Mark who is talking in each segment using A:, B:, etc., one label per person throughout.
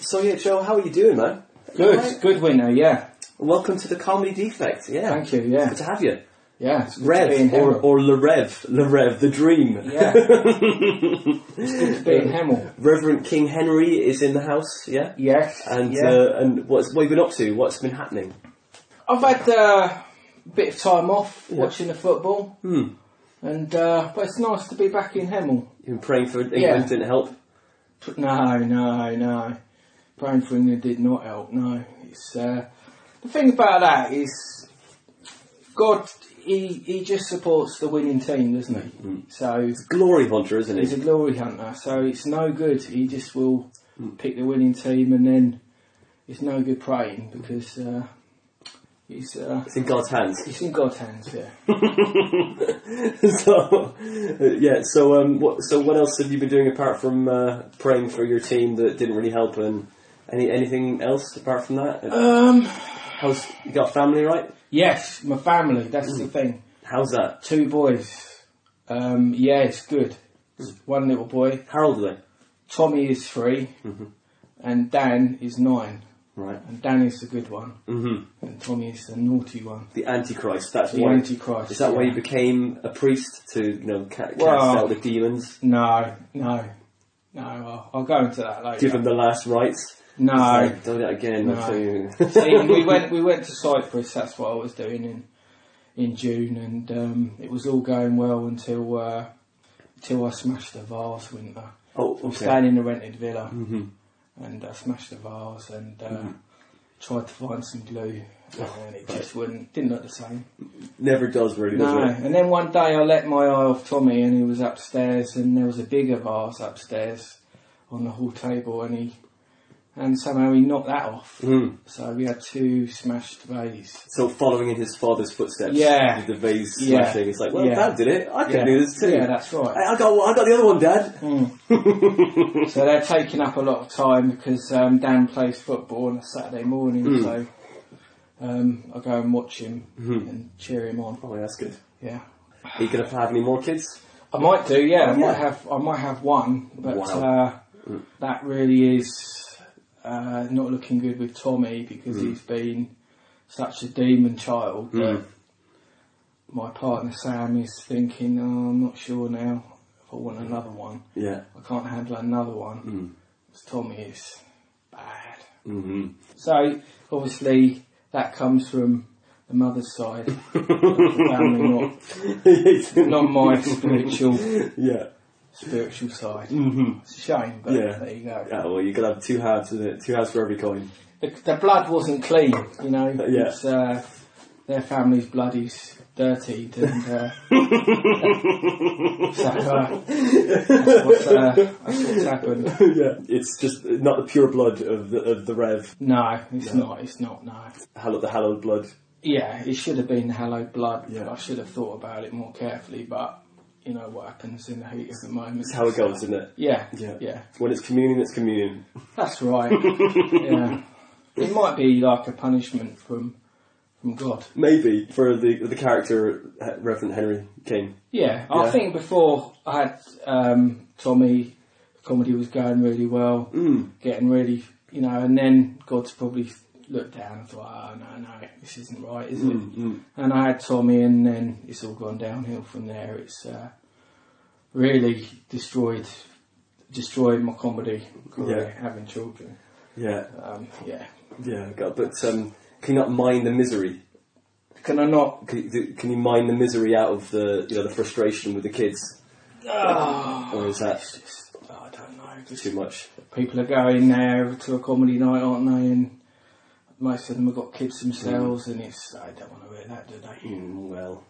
A: So yeah, Joe, how are you doing, man?
B: Good,
A: Alright.
B: good winner, yeah.
A: Welcome to the Comedy Defect. Yeah,
B: Thank you, yeah.
A: Good to have you.
B: Yeah, it's good to be in
A: Rev or,
B: Hemel.
A: or Le Rev, Le Rev, the Dream.
B: Yeah. it's good to be in Hemel.
A: Reverend King Henry is in the house. Yeah,
B: Yes.
A: and
B: yeah.
A: uh, and what's what have you been up to? What's been happening?
B: I've had uh, a bit of time off watching the football. And uh, but it's nice to be back in Hemel.
A: You've been praying for England
B: Yeah.
A: didn't help.
B: But No, no, no. Praying for England did not help. No, it's uh, the thing about that is God. He he just supports the winning team, doesn't he? So
A: Glory hunter, isn't
B: He's
A: he?
B: a glory hunter, so it's no good. He just will
A: Hmm.
B: pick the winning team, and then it's no good praying because uh, he's uh,
A: It's in God's hands.
B: he's in God's hands. Yeah.
A: so yeah. So um, what? So what else have you been doing apart from uh, praying for your team that didn't really help and any anything else apart from that?
B: um.
A: How's you got family right?
B: Yes, my family. That's the
A: Hmm.
B: thing.
A: How's that?
B: Two boys. Um. Yeah, it's good.
A: Hmm.
B: One little boy.
A: How old are they?
B: Tommy is 3
A: Mm-hmm.
B: and Dan is nine.
A: Right.
B: And Dan is the good one,
A: Mm-hmm.
B: and Tommy is the naughty one,
A: The Antichrist. That's
B: the
A: why.
B: Antichrist.
A: Is that why
B: yeah.
A: you became a priest to you know ca- cast
B: Well-
A: out the demons,
B: No, no, no. I'll, I'll go into that later.
A: give them the last rites?
B: No.
A: It's like, do that again. I'll
B: No.
A: tell you.
B: See, we went we went to Cyprus. That's what I was doing in in June, and um, it was all going well until uh, until I smashed the vase. Winter.
A: oh,
B: I was
A: okay.
B: staying in a rented villa,
A: Mhm.
B: and I smashed the vase and uh, tried to find some glue, and it just wouldn't didn't look the same.
A: Never does really.
B: No,
A: Does it?
B: and then one day I let my eye off Tommy, and he was upstairs, and there was a bigger vase upstairs on the hall table, and he and somehow he knocked that off.
A: Mm.
B: So we had two smashed vases.
A: So following in his father's footsteps,
B: Yeah.
A: with the vase
B: Yeah.
A: smashing. It's like, well,
B: Yeah.
A: Dad did it. I can
B: Yeah.
A: do this too.
B: Yeah, that's right.
A: I, I got, one- I got the other one, Dad.
B: So they're taking up a lot of time because um, Dan plays football on a Saturday morning, so um, I go and watch him and cheer him on.
A: Oh, yeah, that's good.
B: Yeah,
A: Are you gonna have any more kids?
B: I might do. Yeah, I
A: Yeah.
B: might have. I might have one, but
A: Wow.
B: uh, that really is uh, not looking good with Tommy because he's been such a demon child.
A: Hmm.
B: that My partner Sam is thinking, oh, I'm not sure now if I want another one.
A: Yeah.
B: I can't handle another one. Mm. Tommy is bad.
A: Mm-hmm.
B: So obviously that comes from the mother's side, of the family, not, not my spiritual
A: yeah.
B: spiritual side. Mm-hmm. It's a shame, but
A: Yeah.
B: there you go.
A: Yeah, well, you could have two halves, isn't it? Two halves for every coin.
B: The, the blood wasn't clean, you know.
A: Yeah.
B: It's, uh, their family's blood is dirtied, and uh, so uh, that's, what's, uh, that's what's happened.
A: yeah, it's just not the pure blood of the of the Rev,
B: No, it's not. It's not. No.
A: hallowed, the hallowed blood.
B: Yeah, it should have been Hello Blood.
A: Yeah.
B: I should have thought about it more carefully, but you know what happens in the heat of the moment.
A: It's how it goes, isn't it?
B: Yeah,
A: Yeah.
B: yeah,
A: When it's communion, it's communion.
B: That's right. yeah, it might be like a punishment from from God.
A: Maybe for the the character uh, Reverend Henry King.
B: Yeah,
A: Yeah.
B: I think before I had um, Tommy, comedy was going really well,
A: Mm.
B: getting really, you know, and then God's probably looked down and thought, oh no, no, this isn't right, is it?
A: Mm.
B: and I had Tommy, and then it's all gone downhill from there. It's uh, really destroyed, destroyed my comedy career having children.
A: Yeah,
B: Um, yeah,
A: yeah. God, but um, can you not mind the misery?
B: can I not?
A: Can, you- do- can you mind the misery out of the you know the frustration with the kids,
B: Oh,
A: or is that
B: it's just, I don't know. Just,
A: too much?
B: people are going there to a comedy night, aren't they? And most of them have got kids themselves, and it's I don't want to hear that, do they?
A: Mm, well,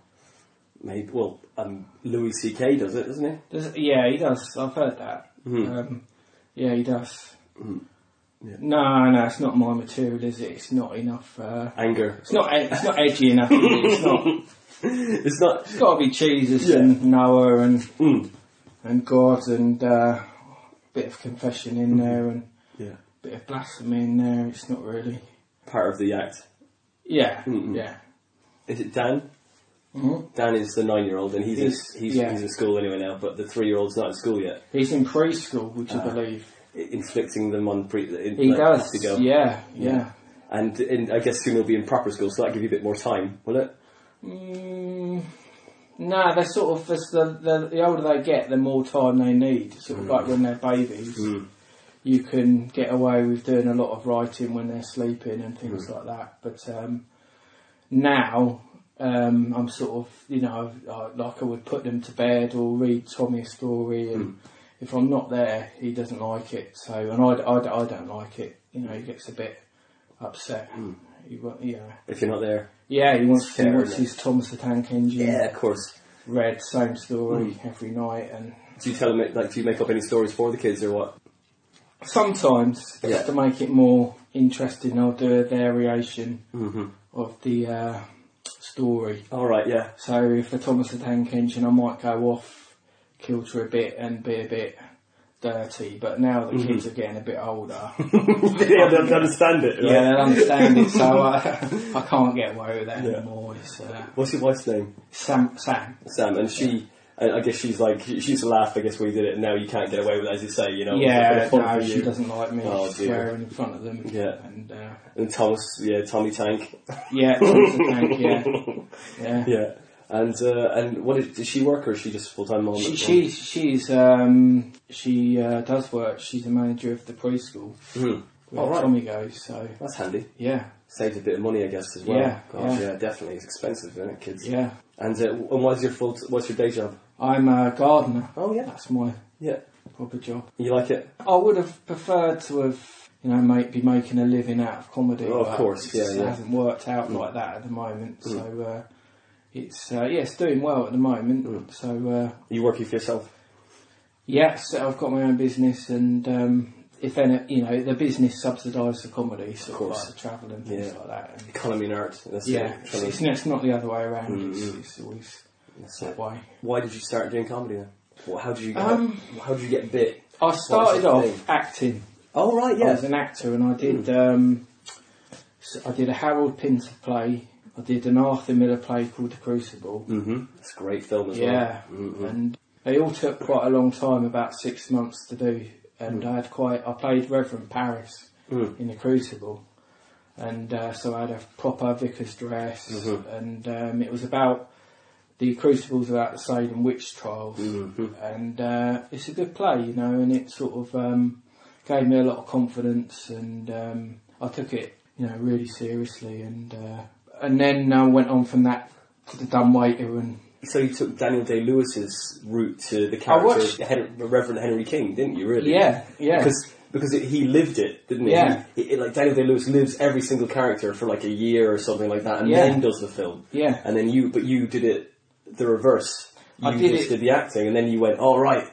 A: maybe. Well, um, Louis C.K. does it, doesn't he?
B: Does, yeah, he does. I've heard that. Um, yeah, he does.
A: Hmm. Yeah.
B: No, no, it's not my material, is it? It's not enough. Uh,
A: Anger.
B: It's not. It's not edgy enough. is it? It's not.
A: It's not.
B: It's got to be Jesus
A: Yeah.
B: and Noah and
A: Mm.
B: and God and uh, a bit of confession
A: Hmm.
B: in there and
A: Yeah.
B: a bit of blasphemy in there. It's not really.
A: Part of the act.
B: Yeah.
A: Mm-mm.
B: Yeah.
A: Is it Dan?
B: Mhm.
A: Dan is the nine-year-old, and he's he's
B: He's-
A: he's,
B: yeah.
A: he's in school anyway now. But the three-year-old's not in school yet. Ah.
B: He's in preschool, would you believe?
A: inflicting them on pre. In,
B: He
A: like,
B: does.
A: to go.
B: Yeah,
A: Yeah.
B: yeah.
A: And in, I guess soon he'll be in proper school, so that'll give you a bit more time, will it?
B: Mm, nah, they're sort of just the, the, the older they get, the more time they need. Sort
A: Mm.
B: of like when they're babies, you can get away with doing a lot of writing when they're sleeping and things
A: Mm.
B: like that. But um, now. Um, I'm sort of, you know, I, like I would put them to bed or read Tommy a story, and
A: Mm.
B: if I'm not there, he doesn't like it. So, and I, I, I don't like it. You know, he gets a bit upset.
A: Mm.
B: He, wa- you know,
A: If you're not there.
B: yeah, he wants
A: Fair
B: to watch
A: enough.
B: his Thomas the Tank Engine
A: Yeah, Hmm. of course.
B: read, same story every night, and
A: Do you tell them like do you make up any stories for the kids or what?
B: sometimes
A: Yeah.
B: just to make it more interesting, I'll do a variation
A: Mhm.
B: of the uh, story.
A: All right, yeah.
B: So if the Thomas the Tank Engine, I might go off kilter a bit and be a bit dirty, but now the
A: Mm-hmm.
B: kids are getting a bit older,
A: yeah, they'll they'll understand it. right?
B: yeah, they understand it, so I, I can't get away with that
A: Yeah.
B: anymore. It's uh,
A: What's your wife's name?
B: Sam, Sam,
A: Sam, and she. I I guess she's like she she used to laugh. I guess when you did it, and now you can't get away with it, as you say, you know. it's a bit
B: Yeah,
A: of fun
B: no,
A: for
B: she
A: you.
B: doesn't like me
A: Oh, dear.
B: swearing in front of them.
A: Yeah.
B: and uh,
A: And Thomas, yeah, Tommy Tank,
B: yeah, she's a tank, yeah, yeah.
A: yeah. And uh, and what is, does she work or is she just full time mom?
B: She, she she's um she uh, does work. She's the manager of the preschool
A: Mhm.
B: where
A: Oh, right.
B: Tommy goes. So
A: That's handy.
B: yeah,
A: Saves a bit of money, I guess, as well.
B: Yeah,
A: Gosh, yeah.
B: yeah.
A: definitely. It's expensive, isn't it, kids?
B: yeah.
A: And uh, and what's your full? what's your day job?
B: I'm a gardener.
A: Oh yeah,
B: That's my
A: yeah.
B: proper job.
A: You like it?
B: I would have preferred to have you know make, be making a living out of comedy.
A: Oh, of
B: but
A: course, yeah,
B: it
A: yeah. Mm.
B: hasn't worked out like that at the moment. So uh, it's uh, yeah, it's doing well at the moment.
A: Mm.
B: So. Uh,
A: You working for yourself?
B: Yes, I've got my own business, and um, if any, you know, the business subsidises the comedy, sort of,
A: course.
B: like the travel and things
A: Yeah.
B: like that. And,
A: Economy and art. That's
B: yeah,
A: It.
B: it's,
A: Trying to-
B: it's- it's not the other way around. It's,
A: Mm.
B: it's always
A: that's it.
B: that way.
A: Why did you start doing comedy then? Well, how did you get,
B: Um,
A: how did you get bit?
B: I started
A: the
B: off
A: thing?
B: acting.
A: Oh right,
B: I
A: yeah. Mm.
B: was an actor, and I did um, s- I did a Harold Pinter play. I did an Arthur Miller play called The Crucible.
A: Mm-hmm. It's a great film as
B: Yeah,
A: well. Mhm.
B: and they all took quite a long time, about six months to do. And I had quite. I played Reverend Paris
A: Mm.
B: in the Crucible, and uh, so I had a proper vicar's dress,
A: Mhm.
B: and um, it was about the Crucible's about the Salem witch trials,
A: Mhm.
B: and uh, it's a good play, you know, and it sort of um, gave me a lot of confidence, and um, I took it, you know, really seriously, and uh, and then I went on from that to the Dunwaiter and
A: So you took Daniel Day Lewis's route to the
B: watched-
A: character Hen- Reverend Henry King, didn't you? Really?
B: Yeah, yeah.
A: Because because it, he lived it, didn't he?
B: Yeah.
A: He- it- like Daniel Day Lewis lives every single character for like a year or something like that, and
B: Yeah.
A: then does the film.
B: Yeah.
A: And then you, but you did it the reverse. You
B: I did
A: just
B: it-
A: did the acting, and then you went, "All right,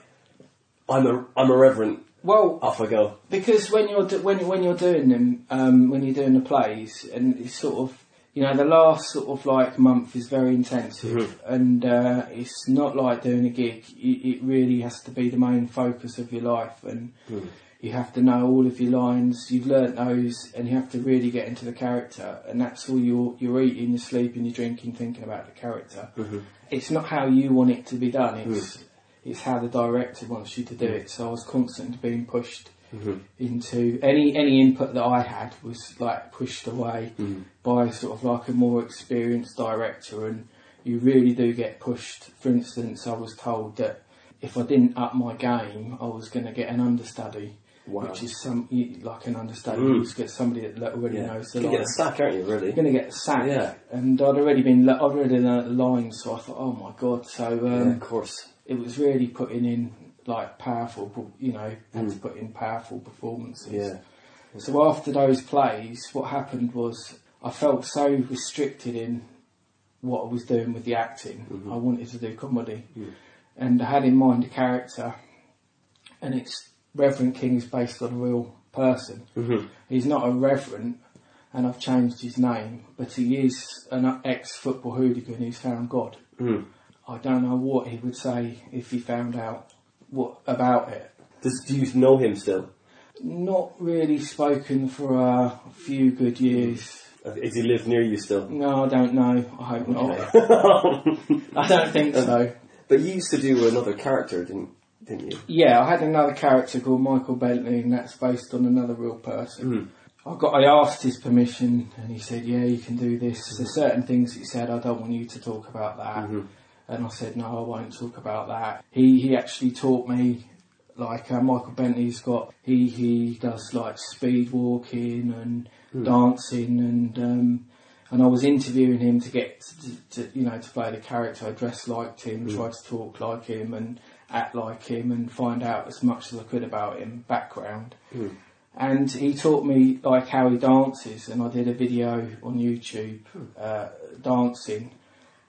A: I'm a I'm a reverend.
B: well,
A: Off I go."
B: because when you're do- when when you're doing them, um, when you're doing the plays, and it's sort of you know the last sort of like month is very intensive, and uh, it's not like doing a gig. It, it really has to be the main focus of your life, and you have to know all of your lines. You've learnt those, and you have to really get into the character, and that's all you're you're eating, you're sleeping, you're drinking, thinking about the character. It's not how you want it to be done. It's it's how the director wants you to do it. So I was constantly being pushed
A: Mm-hmm.
B: into any any input that I had was like pushed away
A: Mm-hmm.
B: by sort of like a more experienced director, and you really do get pushed. For instance, I was told that if I didn't up my game, I was going to get an understudy,
A: Wow.
B: which is some you- like an understudy.
A: Mm.
B: who's got somebody that lo- already
A: Yeah.
B: knows the
A: You
B: line.
A: get a sack, aren't you? Really?
B: You're going to get sacked,
A: Yeah.
B: and I'd already been I'd already learnt the lines, so I thought, oh my god. So um,
A: yeah, of course.
B: it was really putting in like powerful, per- you know, had to put in powerful performances.
A: Yeah.
B: So after those plays, what happened was I felt so restricted in what I was doing with the acting. I wanted to do comedy, and I had in mind a character, and it's Reverend King is based on a real person.
A: Mhm.
B: He's not a reverend, and I've changed his name, but he is an ex-football hooligan who's found God.
A: Mm.
B: I don't know what he would say if he found out what about it.
A: Does, do you know him still?
B: Not really spoken for a few good years.
A: Does he live near you still?
B: No, I don't know. I hope not. I don't think so.
A: But you used to do another character, didn't? didn't you?
B: Yeah, I had another character called Michael Bentley, and that's based on another real person. I got. I asked his permission, and he said, "Yeah, you can do this." There's certain things he said, "I don't want you to talk about that," and I said, "No, I won't talk about that." He he actually taught me, like uh, Michael Bentley's got. He he does like speed walking and dancing, and um, and I was interviewing him to get to, to, you know to play the character. I dressed like him,
A: Mm.
B: tried to talk like him, and act like him, and find out as much as I could about him background.
A: Mm.
B: And he taught me like how he dances, and I did a video on YouTube
A: Hmm.
B: uh, dancing,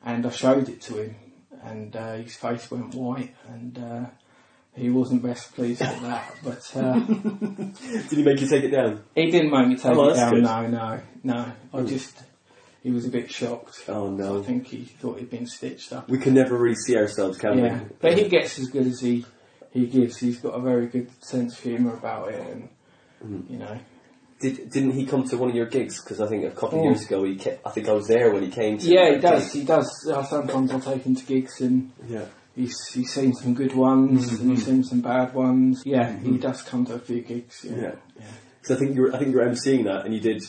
B: and I showed it to him, and uh, his face went white, and uh, he wasn't best pleased with that, but. Uh,
A: Did he make you take it down?
B: He didn't make me take
A: Oh,
B: it
A: that's
B: down.
A: good. Hmm.
B: No, no, no. I just he was a bit shocked.
A: Oh
B: I
A: no.
B: think he thought he'd been stitched up.
A: We can never really see ourselves, can
B: Yeah,
A: we?
B: but he gets as good as he he gives. He's got a very good sense of humour about it, and you know,
A: Did, didn't he come to one of your gigs? Because I think a couple of
B: Yeah.
A: years ago, he ca I think I was there when he came. to
B: Oh. yeah, he
A: that
B: does.
A: gig.
B: He does. Uh, sometimes I take him to gigs, and
A: Yeah.
B: he's he's seen some good ones, and he's seen some bad ones. Yeah, he does come to a few gigs. Mm-hmm. Yeah.
A: Yeah. Because I think you were, I think you were emceeing that, and you did.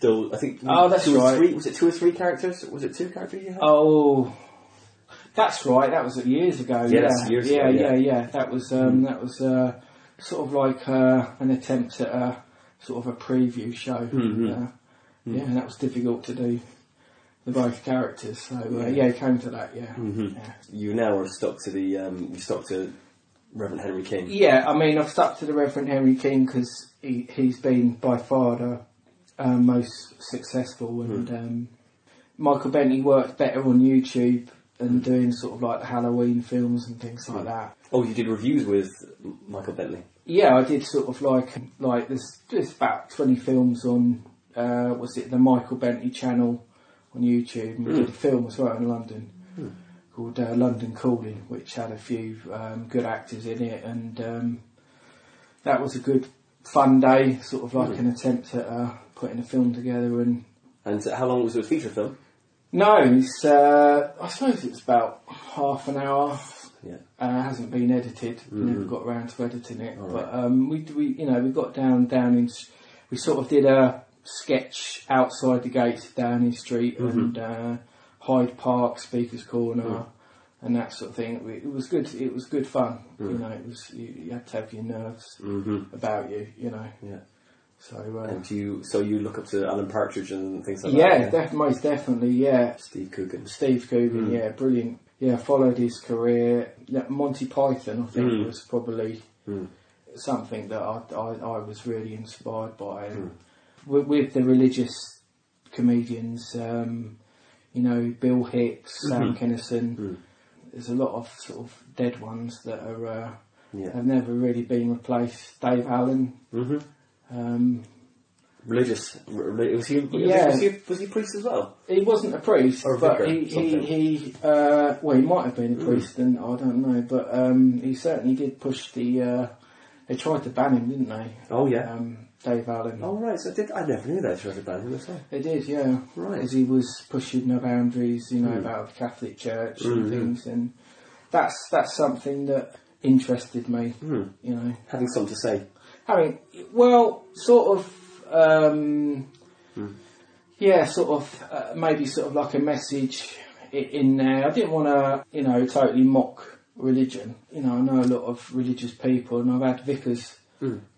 A: The, I think.
B: Oh, that's
A: two or
B: right.
A: Three, was it two or three characters? Was it two characters you had?
B: Oh, that's right. That was years ago.
A: Yeah,
B: Yeah,
A: that's years
B: yeah,
A: ago, yeah.
B: yeah, yeah. That was um, that was uh, sort of like uh, an attempt at uh, sort of a preview show. Uh, Yeah, and that was difficult to do. The both characters, so uh, yeah, it came to that. Yeah. yeah,
A: Mm-hmm. You now are stuck to the. Um, you stuck to Reverend Henry King.
B: Yeah, I mean, I've stuck to the Reverend Henry King because he, he's been by far the uh, most successful, and um, Michael Bentley worked better on YouTube and doing sort of like the Halloween films and things like that.
A: Oh, you did reviews with M- Michael Bentley.
B: Yeah, I did sort of like like there's there's about twenty films on uh, was it the Michael Bentley channel on YouTube, and we did a film as well in London called uh, London Calling, which had a few um, good actors in it, and um, that was a good fun day, sort of like an attempt at uh, putting a film together. And
A: And so how long was it a feature film?
B: no, it's uh, I suppose it's about half an hour,
A: Yeah.
B: uh, hasn't been edited. We Never
A: Mm.
B: got around to editing it, but um, we, we, you know, we got down down in. s- We sort of did a sketch outside the gates of Downing Street
A: Mm-hmm.
B: and uh, Hyde Park, Speaker's Corner,
A: Mm.
B: and that sort of thing. We, it was good. It was good fun.
A: Mm.
B: You know, it was. You, you had to have your nerves about you. You know,
A: Yeah.
B: so. Uh,
A: Mm-hmm. And you, so you look up to Alan Partridge and things like
B: yeah,
A: that.
B: def- most definitely. Yeah,
A: Steve Coogan.
B: Steve Coogan, yeah, brilliant. Yeah, followed his career. Yeah, Monty Python, I think, was probably something that I, I, I was really inspired by. And with, with the religious comedians, um, you know, Bill Hicks, Sam Kinison, there's a lot of sort of dead ones that are uh,
A: Yeah.
B: have never really been replaced. Dave Allen.
A: Mm-hmm.
B: Um,
A: Religious. re- re- Was he, was,
B: Yeah.
A: he, was, he, was he a priest as well?
B: He wasn't a priest,
A: Or a
B: but
A: vicar,
B: he, he,
A: something.
B: he uh, well, he might have been a
A: Mm.
B: priest, and I don't know, but um, he certainly did push the. Uh, they tried to ban him, didn't they?
A: Oh, yeah.
B: Um, Dave Allen.
A: Oh, right. So did, I never knew that. Should I ban him as well?
B: They did, yeah.
A: Right. Mm.
B: Because he was pushing the boundaries, you know, about the Catholic Church
A: Mm-hmm.
B: and things, and that's that's something that interested me,
A: Mm.
B: you know.
A: Having something to say.
B: I mean, well, sort of, um, yeah, sort of, uh, maybe sort of like a message i- in there. I didn't want to, you know, totally mock religion. You know, I know a lot of religious people, and I've had vicars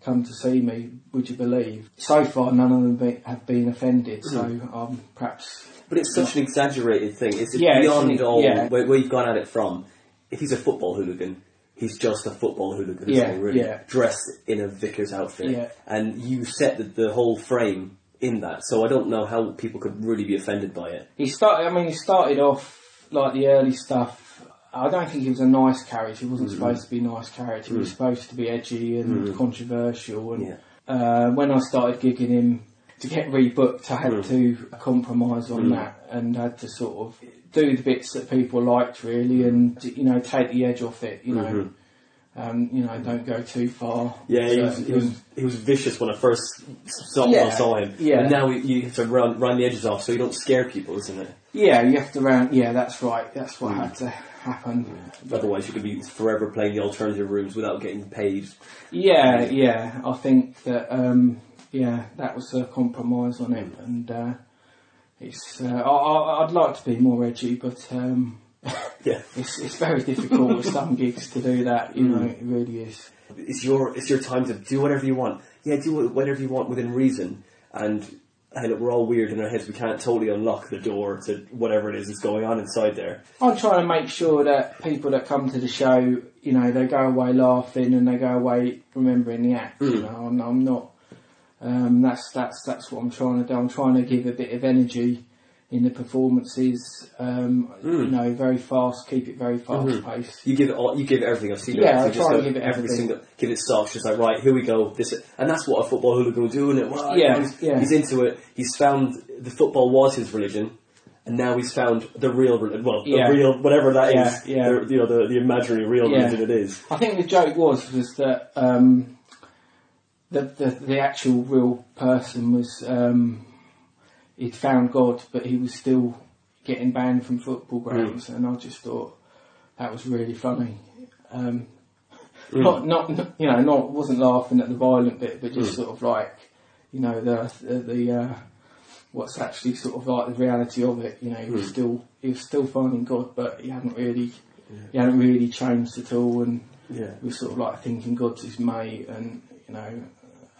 B: come to see me. Would you believe? So far, none of them be, have been offended. So, um, perhaps,
A: But it's such an exaggerated thing. It's
B: Yeah, it's
A: beyond
B: an-
A: all
B: yeah.
A: where, where you've gone at it from. If he's a football hooligan, he's just a football hooligan.
B: Yeah,
A: isn't he, really
B: yeah.
A: dressed in a vicar's outfit,
B: Yeah.
A: and you set the, the whole frame in that. So I don't know how people could really be offended by it.
B: he started. I mean, he started off like the early stuff. I don't think he was a nice character. He
A: Mm.
B: wasn't supposed to be a nice character. He was supposed to be edgy and controversial. And
A: Yeah.
B: uh, when I started gigging him to get rebooked, I
A: Mm.
B: had to compromise on that and had to sort of do the bits that people liked really, and you know, take the edge off it. You know, Um, you know, don't go too far.
A: Mm-hmm. Yeah, he was,
B: Certain
A: he was
B: things.
A: he was vicious when I first saw,
B: Yeah,
A: saw him.
B: yeah.
A: And now you- you have to run run the edges off so you don't scare people, isn't it?
B: Yeah, you have to round. Yeah, that's right. That's what
A: Mm.
B: had to happen.
A: Otherwise, you could be forever playing the alternative rooms without getting paid.
B: Yeah, yeah. I think that um, yeah, that was a compromise on it, and uh, it's. Uh, I, I, I'd like to be more edgy, but um,
A: Yeah,
B: it's it's very difficult with some gigs to do that. You know, it really is.
A: it's your it's your time to do whatever you want. Yeah, do wh- whatever you want within reason. And hey, look, we're all weird in our heads. We can't totally unlock the door to whatever it is that's going on inside there.
B: I'm trying to make sure that people that come to the show, you know, they go away laughing and they go away remembering the act. You know, I'm, I'm not. Um, that's that's that's what I'm trying to do. I'm trying to give a bit of energy in the performances. Um, You know, very fast, keep it very fast paced.
A: You give it all, you give everything. I've seen it.
B: Yeah, I
A: You
B: try
A: go
B: and give it
A: every
B: everything.
A: single give it socks. Just like right, here we go. This and that's what a football hooligan will do, isn't it? Right,
B: Yeah,
A: he's,
B: yeah.
A: he's into it. He's found the football was his religion, and now he's found the real religion. Well, the
B: Yeah.
A: real whatever that is.
B: Yeah, yeah.
A: the- you know the, the imaginary real
B: Yeah.
A: religion it is.
B: I think the joke was was that um, the, the the actual real person was um, he'd found God, but he was still getting banned from football grounds, and I just thought that was really funny. Um, Not not not- you know not wasn't laughing at the violent bit, but just sort of like you know the the, the uh, what's actually sort of like the reality of it. You know, he was still he was still finding God, but he hadn't really he hadn't really changed at all, and
A: Yeah,
B: we was sort of like thinking God's his mate, and you know,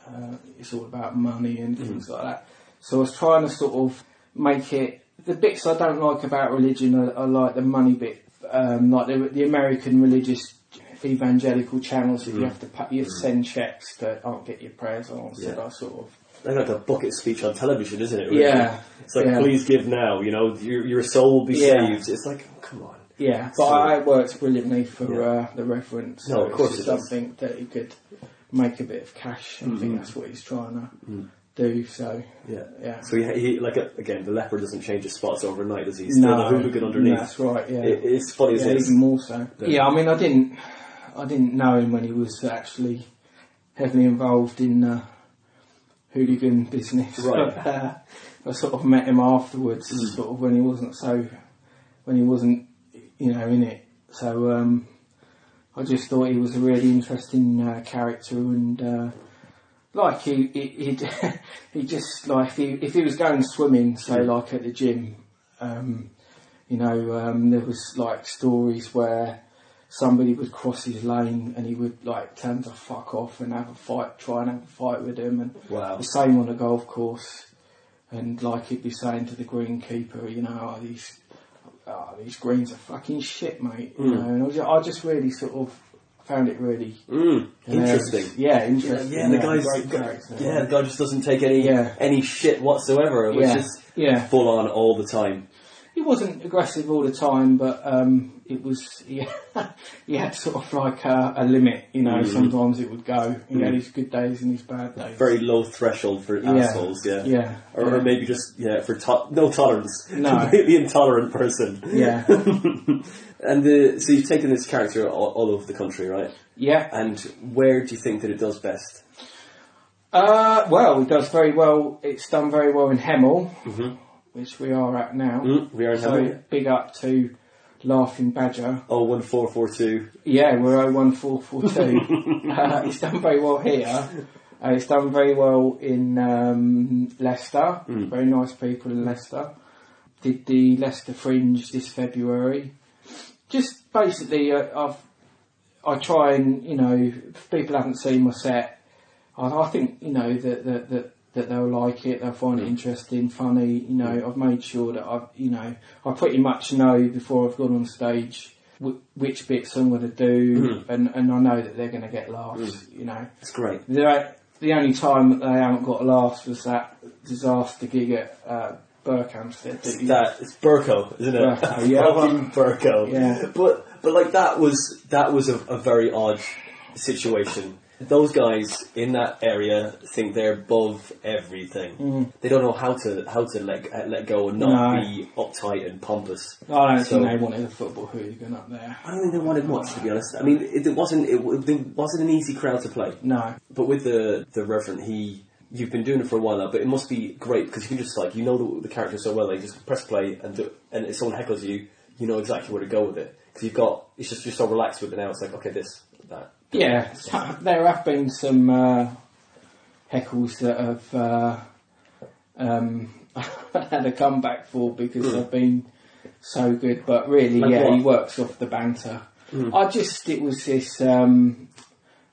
B: uh, it's all about money and
A: Mm.
B: things like that. So I was trying to sort of make it the bits I don't like about religion are, are like the money bit, um, like the, the American religious evangelical channels
A: Mm.
B: that you have to pay, you send checks that aren't get your prayers answered.
A: Yeah.
B: I sort of
A: they're like a bucket speech on television, isn't it? really?
B: Yeah,
A: it's like
B: yeah.
A: please give now. You know your your soul will be
B: Yeah.
A: saved. It's like oh, come on.
B: Yeah, but
A: So-
B: I worked brilliantly for
A: Yeah.
B: uh, the reference.
A: No, of
B: it's
A: course
B: just
A: it does.
B: something that he could make a bit of cash. I
A: Mm-hmm.
B: think that's what he's trying to
A: Mm.
B: do. So
A: Yeah.
B: yeah,
A: So he, he like uh, again, the leopard doesn't change his spots overnight, does he? He's still the hooligan underneath.
B: That's right. Yeah,
A: It- it's funny,
B: yeah
A: isn't
B: even
A: it?
B: more so.
A: Yeah.
B: Yeah. I mean, I didn't, I didn't know him when he was actually heavily involved in the hooligan business.
A: Right.
B: But, uh, I sort of met him afterwards, sort of when he wasn't so, when he wasn't, you know, in it. So um, I just thought he was a really interesting uh, character and. Uh, like he he he'd, he just like he, if he was going swimming, say like at the gym, um, you know, um, there was like stories where somebody would cross his lane and he would like turn to fuck off and have a fight, try and have a fight with him, and
A: Wow.
B: the same on a golf course, and like he'd be saying to the greenkeeper, you know, oh, these oh, these greens are fucking shit, mate, you know, and I just, I just really sort of found it really
A: Mm,
B: hilarious.
A: interesting.
B: Yeah,
A: Yeah,
B: interesting.
A: the guy's
B: great character.
A: yeah, the guy just doesn't take any
B: Yeah.
A: any shit whatsoever, which
B: Yeah.
A: is
B: Yeah.
A: full on all the time.
B: He wasn't aggressive all the time, but um, it was he, he had sort of like a, a limit. You
A: Mm.
B: know, sometimes it would go. He had his good days and his bad days.
A: Very low threshold for
B: Yeah.
A: assholes. Yeah.
B: Yeah.
A: Or, or maybe just yeah for to- no tolerance,
B: No.
A: completely intolerant person.
B: Yeah.
A: And the, so you've taken this character all, all over the country, right?
B: yeah.
A: And where do you think that it does best?
B: Uh, well, it does very well. It's done very well in Hemel, which we are at now.
A: Mm-hmm. Mm, we are in
B: So
A: Hemel.
B: big up to Laughing Badger.
A: Oh, one four four two.
B: Yeah, we're 01442. uh, it's done very well here. Uh, it's done very well in um, Leicester. Very nice people in Leicester. Did the Leicester Fringe this February. Just basically, uh, I've I try and you know if people haven't seen my set. I, I think you know that that that. That they'll like it, they'll find it interesting, funny. You know, I've made sure that I've, you know, I pretty much know before I've gone on stage wh- which bits I'm going to do, and, and I know that they're going to get laughs. You know,
A: It's great.
B: the the only time that they haven't got laughs was that disaster gig at uh, Berkhamsted. that you-
A: that it's Burko, isn't it?
B: Burko, yeah.
A: Fucking Burko.
B: Yeah.
A: But but like that was that was a, a very odd situation. Those guys in that area think they're above everything. They don't know how to how to let uh, let go and not
B: Mm. No.
A: be uptight and pompous.
B: Oh, I don't
A: So-
B: think they wanted a football hooligan up there.
A: I don't think they wanted much, to be honest. I mean, it, it wasn't it, w- it wasn't an easy crowd to play.
B: No.
A: But with the the Reverend, he you've been doing it for a while now, but it must be great because you can just like you know the, the character so well. They just press play and do, and if someone heckles you, you know exactly where to go with it because you've got it's just you're so relaxed with it now. It's like okay, this that.
B: Yeah, so there have been some uh, heckles that have uh, um, had a comeback for because they've been so good. But really,
A: Like
B: yeah,
A: what? Hmm.
B: he works off the banter. I just it was this. Um,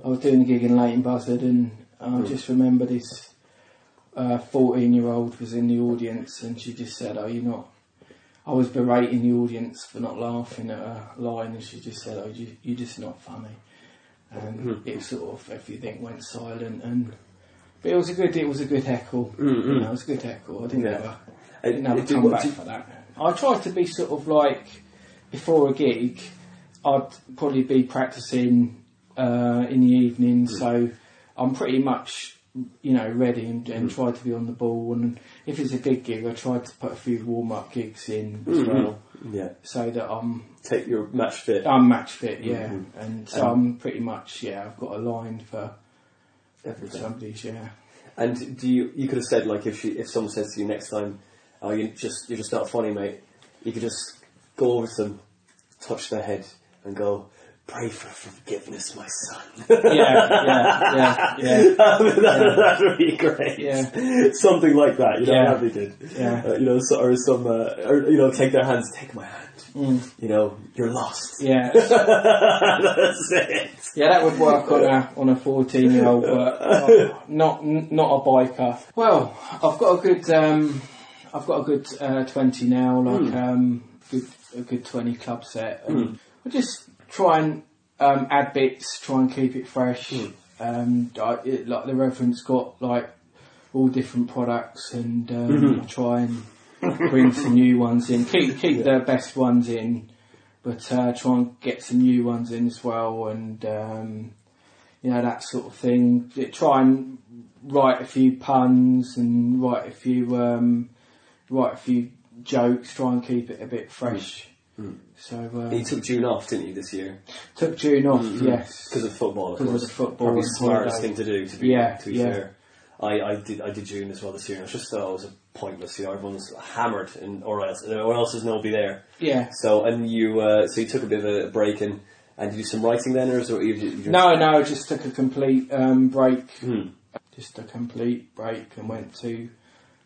B: I was doing a gig in Leighton Buzzard, and I
A: Hmm.
B: just remember this fourteen-year-old was in the audience, and she just said, "Are you not?" I was berating the audience for not laughing at a line, and she just said, "Oh, you, you're just not funny." And it sort of everything went silent, and but it was a good, it was a good heckle. You know, it was a good heckle. I didn't
A: Yeah.
B: have a, I
A: It-
B: didn't have
A: it
B: a
A: did-
B: comeback
A: did-
B: for that. I tried to be sort of like before a gig, I'd probably be practicing uh, in the evening, so I'm pretty much you know ready and, and try to be on the ball. And if it's a big gig, I tried to put a few warm up gigs in as well,
A: Yeah,
B: so that I'm
A: take your match fit.
B: I'm match fit, yeah, Hmm. and so I'm pretty much yeah I've got a line for
A: Everything.
B: somebody's yeah.
A: And do you you could have said like if she, if someone says to you next time, oh you just you're just not funny, mate. You could just go over to them, touch their head, and go. Pray for forgiveness, my son.
B: yeah, yeah, yeah, yeah.
A: that, That would be great.
B: Yeah.
A: Something like that. You know
B: Yeah.
A: how they did.
B: Yeah.
A: Uh, you know, so, or some, uh, or you know, take their hands, take my hand. You know, you're lost.
B: Yeah,
A: That's it.
B: yeah, that would work on a on a fourteen year old, but oh, not n- not a biker. Well, I've got a good um, I've got a good uh, twenty now, like um, good a good twenty club set. And I just try and um, add bits, try and keep it fresh. Um, I, it, like the reference got like all different products, and um, I try and bring some new ones in. Keep keep the best ones in but uh, try and get some new ones in as well, and um, you know that sort of thing. Yeah, Try and write a few puns and write a few um, write a few jokes. Try and keep it a bit fresh. So
A: You
B: uh,
A: took June off, didn't you, this year?
B: took June off, yes.
A: Because of football, of
B: 'Cause of
A: course.
B: the football
A: Probably
B: and
A: smartest
B: holiday.
A: thing to do, to be,
B: Yeah,
A: to be
B: yeah.
A: fair. I, I did I did June as well this year. and I just thought it was a pointless. You know, everyone's hammered, and or else, and everyone else is nobody there.
B: Yeah.
A: So and you uh, so you took a bit of a break and and you do some writing then, or is it, you, you just- Hmm.
B: No, no, just took a complete um, break. Just a complete break and went to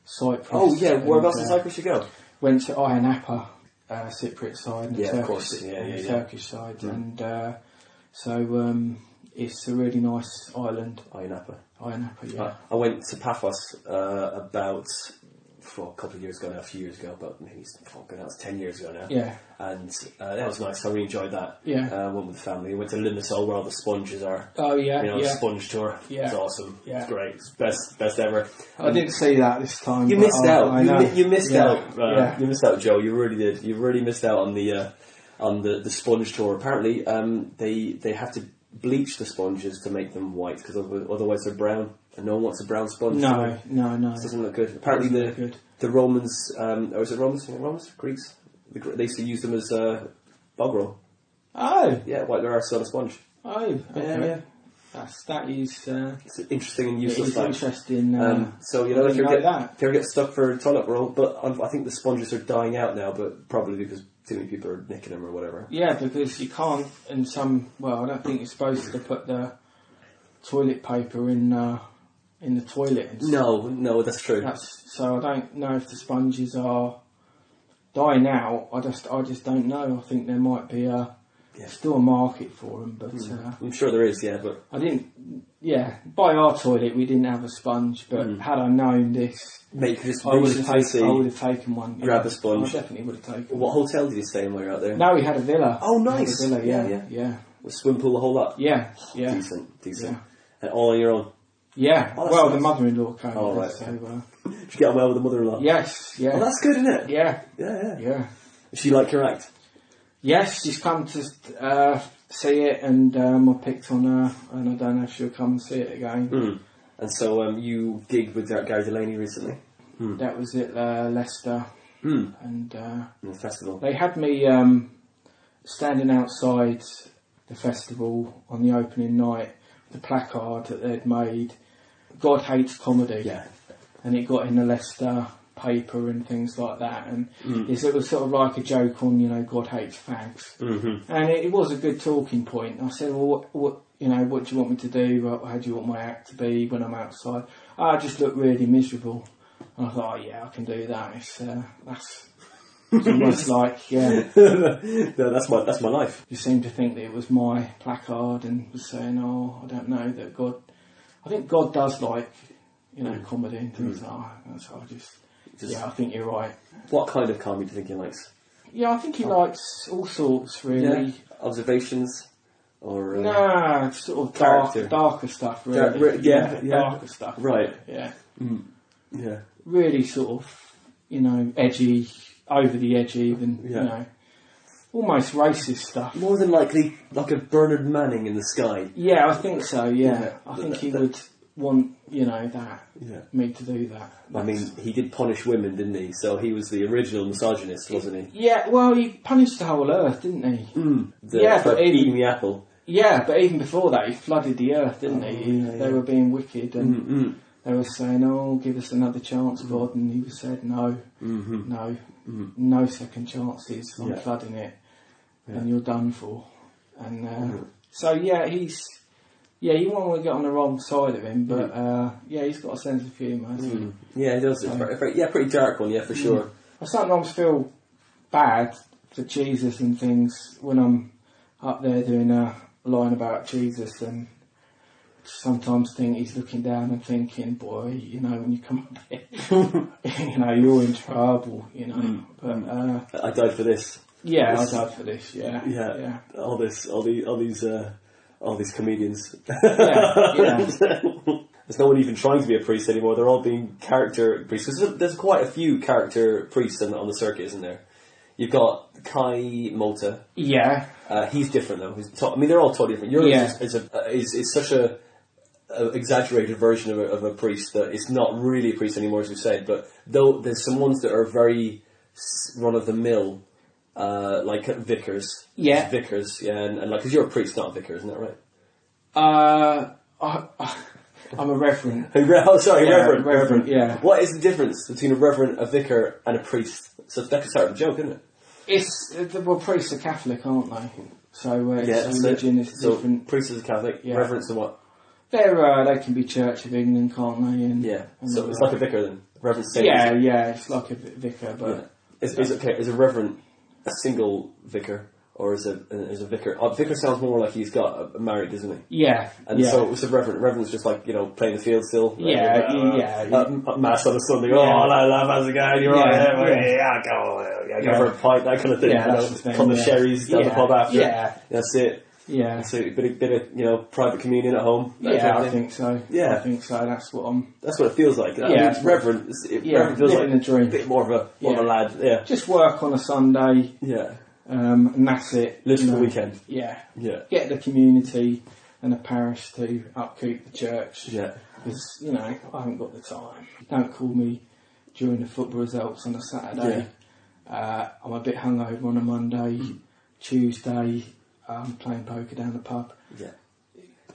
B: Cyprus.
A: Oh yeah,
B: and,
A: whereabouts in
B: uh,
A: Cyprus you go?
B: went to Iron Appa, uh, Cypriot side, and
A: Yeah, of
B: the Turkish,
A: course, yeah,
B: and
A: yeah,
B: the
A: yeah. Mm.
B: Turkish side, and uh, so um, it's a really nice island,
A: Oh, in Napa.
B: Iron Appa. Yeah,
A: Uh, I went to Paphos uh, about for a couple of years ago now, a few years ago, but maybe it's fucking that was ten years ago now.
B: Yeah.
A: and uh, that was nice. I really enjoyed that.
B: Yeah.
A: uh, went with the family. went to Limassol where all the sponges are.
B: oh yeah,
A: You know,
B: yeah.
A: sponge tour.
B: Yeah.
A: it's awesome.
B: Yeah.
A: it's great. It's best, best ever.
B: I didn't see that this time.
A: You
B: but
A: missed
B: I- I
A: out. You,
B: know.
A: mi- you missed
B: Yeah,
A: out. Uh,
B: yeah.
A: You missed out, Joe. You really did. You really missed out on the uh, on the, the sponge tour. Apparently, um, they they have to bleach the sponges to make them white because otherwise they're brown, and no one wants a brown sponge.
B: No, no, no.
A: It doesn't look good. Apparently,
B: Doesn't
A: the
B: look good.
A: the Romans, um, or is it Romans? Romans, Greeks. The, Gr- they used to use them as uh, bog roll.
B: Oh,
A: Yeah, wipe their arse on a sponge.
B: oh, okay.
A: Yeah, yeah.
B: That's that is. Uh,
A: It's interesting and
B: it
A: useless.
B: is
A: fact.
B: interesting. Uh,
A: Um, so you
B: I
A: know if
B: didn't
A: you
B: know
A: get
B: that.
A: if you get stuck for toilet roll, but um, I think the sponges are dying out now, but probably because too many people are nicking them or whatever.
B: Yeah, because you can't in some. Well, I don't think you're supposed to put the toilet paper in uh, in the toilet. And stuff.
A: No, no, that's true.
B: That's so. I don't know if the sponges are dying out. I just, I just don't know. I think there might be a
A: Yeah. Hmm.
B: still a market for them, but uh,
A: I'm sure there is, yeah, but
B: I didn't. Yeah, by our toilet we didn't have a sponge, but
A: Hmm.
B: had I known this,
A: mate, you could just
B: I would
A: reach
B: have
A: into the
B: taken. I would
A: sea.
B: have taken one. yeah.
A: Grab a sponge.
B: I definitely would have taken.
A: What
B: One.
A: hotel did you stay in while you were out there?
B: No, we had a villa.
A: Oh,
B: We had a
A: nice.
B: villa,
A: Yeah,
B: yeah,
A: yeah.
B: yeah, yeah,
A: A swim pool, a whole lot.
B: yeah, yeah.
A: Decent, decent,
B: Yeah.
A: and all on your own. Oh, that's
B: well, the
A: nice.
B: mother-in-law came.
A: Oh,
B: with
A: right.
B: us, so, uh,
A: Did you get on well with the mother-in-law?
B: yes, yeah,
A: Well, that's good, isn't it?
B: yeah,
A: yeah, yeah.
B: yeah.
A: She liked your act.
B: Yes, she's come to uh, see it, and um, I picked on her, and I don't know if she'll come and see it again.
A: Mm. And so um, you gigged with uh, Gary Delaney recently
B: That was it, uh, Leicester,
A: mm.
B: and uh,
A: in the festival.
B: they had me um, standing outside the festival on the opening night, the placard that they'd made, "God hates comedy."
A: Yeah.
B: and it got in the Leicester paper and things like that. And it's- it was sort of like a joke on, you know, God hates fags.
A: Mm-hmm.
B: And it, it was a good talking point. I said, well, what, what, you know, what do you want me to do? Well, How do you want my act to be when I'm outside? "Oh, I just look really miserable. And I thought, oh, yeah, I can do that. It's, uh, that's, it's almost like, yeah,
A: no, that's my that's my life.
B: you seem to think that it was my placard and was saying, oh, I don't know that God, I think God does like, you know, comedy and things like that. And so I just,
A: Mm. Just-
B: yeah, I think you're right.
A: What kind of comedy do you think he likes?
B: Yeah, I think he likes all sorts, really.
A: Observations or uh,
B: Nah, sort of
A: Character.
B: dark, darker stuff,
A: Dar-
B: really.
A: re- yeah, yeah.
B: darker stuff.
A: right?
B: Yeah,
A: Yeah.
B: really sort of, you know, edgy, over the edge, even.
A: Yeah.
B: You know, almost racist stuff.
A: More than likely, like a Bernard Manning in the sky.
B: Yeah, I think so. Yeah,
A: Yeah.
B: I think he would want, you know, that
A: Yeah.
B: me to do that.
A: I mean, he did punish women, didn't he? So he was the original misogynist, wasn't he?
B: yeah. Well, he punished the whole earth, didn't he?
A: The,
B: Yeah,
A: for
B: but he-
A: eating the apple.
B: Yeah, but even before that, he flooded the earth, didn't
A: Oh,
B: he?
A: yeah, Mm-hmm.
B: they
A: yeah.
B: were being wicked and
A: Mm-mm.
B: they were saying, "Oh, give us another chance, God," and he was said, "No,
A: Mm-hmm.
B: no, no second chances. I'm
A: Yeah.
B: flooding it,
A: Yeah. Mm-hmm.
B: and you're done for." And uh, so, yeah, he's yeah, you won't want to get on the wrong side of him, but
A: Mm-hmm.
B: uh, yeah, he's got a sense of humour. hasn't he?
A: Mm. Yeah, he does. It's very, very- yeah, pretty dark one. Yeah, for sure.
B: I sometimes feel bad for Jesus and things when I'm up there doing a line about Jesus and sometimes think he's looking down and thinking, boy, you know, when you come up here, you know, you're in trouble, you know. But, uh,
A: I died for this.
B: yeah,
A: Hmm. This-
B: I died for this, yeah.
A: Yeah.
B: Yeah.
A: All this. All the. All these. Uh, all these comedians.
B: Yeah, yeah.
A: There's no one even trying to be a priest anymore. They're all being character priests. 'Cause There's, there's quite a few character priests on, on the circuit, isn't there? You've got Kai Mota,
B: Yeah.
A: Uh, he's different though. He's to- I mean, they're all totally different. Yours
B: Yeah.
A: is, is, a, uh, is, is such a, a exaggerated version of a, of a priest that it's not really a priest anymore, as you said. But though there's some ones that are very run of the mill, uh, like vicars.
B: Yeah.
A: vicars. Yeah, and, and like because you're a priest, not a vicar, isn't that right?
B: Uh, I, I'm a reverend.
A: oh, sorry,
B: Yeah,
A: reverend,
B: reverend, yeah.
A: What is the difference between a reverend, a vicar, and a priest? So that could start with a joke, isn't it?
B: It's, uh, well, priests are Catholic, aren't they? So, uh, it's
A: that's it.
B: religion is
A: so
B: different.
A: Priest is a Catholic.
B: Yeah.
A: Reverend's a what?
B: They're, uh, they can be Church of England, can't they? And,
A: Yeah.
B: and
A: So
B: all
A: it's
B: that.
A: like a vicar then. Reverend. Saint is-
B: yeah, yeah, it's like a vi- vicar, but
A: Yeah. Is, is okay? Is a reverend a single vicar, or is a is a vicar? A vicar sounds more like he's got a, married, doesn't he?
B: yeah,
A: And
B: yeah.
A: so it's a reverend. Reverend's just like you know playing the field still.
B: Yeah,
A: uh,
B: yeah,
A: uh, uh, mass on a Sunday. Oh,
B: Yeah.
A: I love how's it going? You're
B: Yeah,
A: right. Yeah,
B: yeah.
A: yeah, go, yeah, go
B: Yeah.
A: for a pint, that kind of thing.
B: Yeah,
A: you
B: that's
A: know,
B: the thing,
A: Pub the
B: yeah.
A: sherries down the
B: Yeah,
A: pub after.
B: yeah.
A: that's it.
B: yeah,
A: That's it. Bit of, bit of you know private communion at home. that
B: yeah,
A: kind of
B: I
A: thing.
B: think so.
A: Yeah.
B: I think so. That's what I'm
A: that's what it feels like. I mean,
B: Yeah.
A: it's reverend. It's, it,
B: Yeah,
A: reverend feels like
B: living the dream.
A: a bit more of a more of a
B: Yeah.
A: lad. Yeah,
B: just work on a Sunday,
A: yeah.
B: um, and that's it.
A: Live for
B: you
A: the
B: know.
A: weekend.
B: Yeah,
A: Yeah,
B: get the community and the parish to upkeep the church.
A: yeah.
B: because you know I haven't got the time. Don't call me during the football results on a Saturday. Uh, I'm a bit hungover on a Monday, Tuesday. I'm playing poker down the pub.
A: Yeah.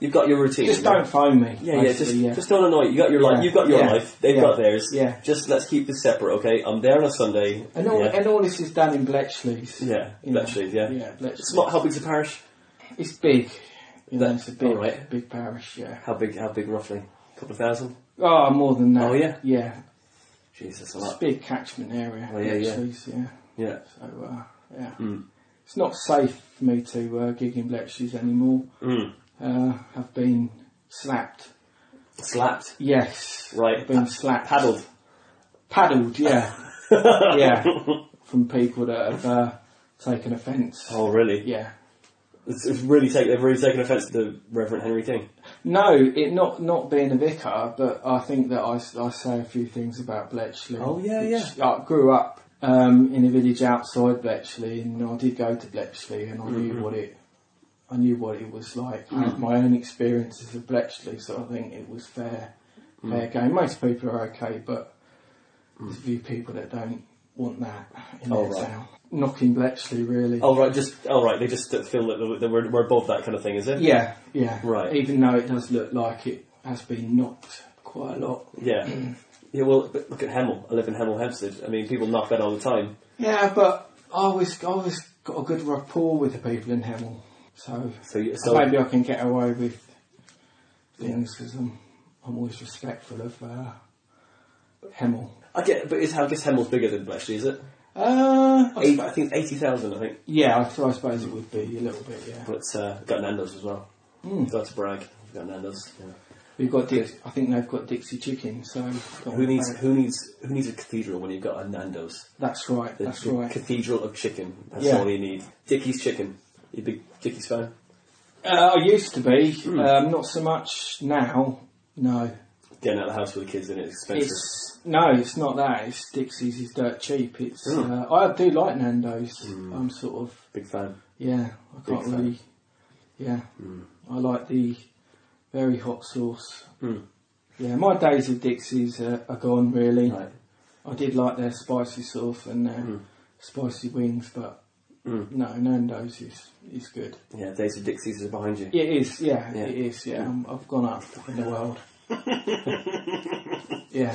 A: You've got your routine.
B: Just
A: yeah?
B: don't phone me.
A: Yeah, yeah, just
B: basically,
A: just don't annoy. You got your life.
B: Yeah.
A: You've got your
B: Yeah.
A: life. They've
B: Yeah.
A: got theirs.
B: Yeah.
A: Just let's keep this separate, okay? I'm there on a Sunday.
B: and all
A: yeah.
B: and all this is done in Bletchley's.
A: yeah.
B: you know.
A: Bletchley, yeah.
B: yeah, Bletchley.
A: It's not how big's the parish?
B: It's big. You know,
A: That-
B: it's a big,
A: alright.
B: big parish. Yeah.
A: How big? How big? Roughly, a couple of thousand.
B: Oh, more than that.
A: Oh, yeah?
B: yeah.
A: Jesus, that's a
B: It's a
A: lot.
B: big catchment area.
A: Oh, yeah, yeah.
B: Bletchley's, yeah.
A: Yeah.
B: So uh, yeah,
A: Mm.
B: it's not safe for me to uh, gig in Bletchley's anymore.
A: Mm.
B: Uh, I've been slapped.
A: Slapped.
B: Yes,
A: Right.
B: I've been slapped.
A: Paddled.
B: paddled. Yeah, yeah. From people that have uh, taken offence.
A: Oh, really?
B: Yeah.
A: It's, it's really take, they've really taken offence to Reverend Henry King.
B: No, it not not being a vicar, but I think that I, s- I say a few things about Bletchley.
A: Oh, yeah,
B: which I grew up
A: Mm-hmm.
B: um, in a village outside Bletchley, and I did go to Bletchley, and I knew what it I knew what it was like. I
A: Mm.
B: had my own experiences of Bletchley, so I think it was fair,
A: Mm.
B: fair game. Most people are okay, but there's a few people that don't want that in
A: Oh,
B: their
A: right.
B: town. Knocking Bletchley, really.
A: Oh right, just oh right. They just feel that that we're, we're above that kind of thing, is it?
B: Yeah, yeah.
A: Right.
B: Even though it does look like it has been knocked quite a lot.
A: Yeah. Yeah, well, but look at Hemel. I live in Hemel, Hempstead. I mean, people knock that all the time.
B: Yeah, but I always, I always got a good rapport with the people in Hemel, so,
A: So, you- so
B: maybe I can get away with things because I'm, I'm always respectful of uh, Hemel.
A: I get, but it's, I guess Hemel's bigger than Bletchley, is it?
B: Uh, I
A: Eight,
B: sp-
A: I think eighty thousand. I think,
B: yeah, I, so I suppose it would be a little bit. Yeah,
A: but uh, got Nando's as well.
B: Mm.
A: Got to brag, got Nando's. Yeah.
B: we've got. Dix- I think they've got Dixie Chicken. So don't
A: Who
B: worry
A: needs
B: about it.
A: who needs who needs a cathedral when you've got a Nando's?
B: That's right.
A: The,
B: That's
A: the
B: right.
A: Cathedral of chicken. That's
B: Yeah.
A: all you need. Dickie's chicken. You big Dickie's fan?
B: Uh, I used to be,
A: Hmm.
B: um, not so much now. No,
A: Getting out of the house with the kids and it's expensive.
B: it's no, it's not that. It's Dixie's is dirt cheap. It's
A: Hmm.
B: uh, I do like Nando's. I'm sort of
A: big fan.
B: yeah.
A: Hmm.
B: I
A: Big
B: can't
A: fan. Hmm.
B: really. Yeah, I like the very hot sauce.
A: Mm.
B: Yeah, my days of Dixie's are, are gone really.
A: Right. Hmm.
B: I did like their spicy sauce and their spicy wings, but
A: Mm.
B: no, Nando's is is good.
A: Yeah, Days of Dixies is behind you.
B: It is, yeah,
A: Yeah.
B: it is, yeah. I'm, I've gone up in the world. yeah.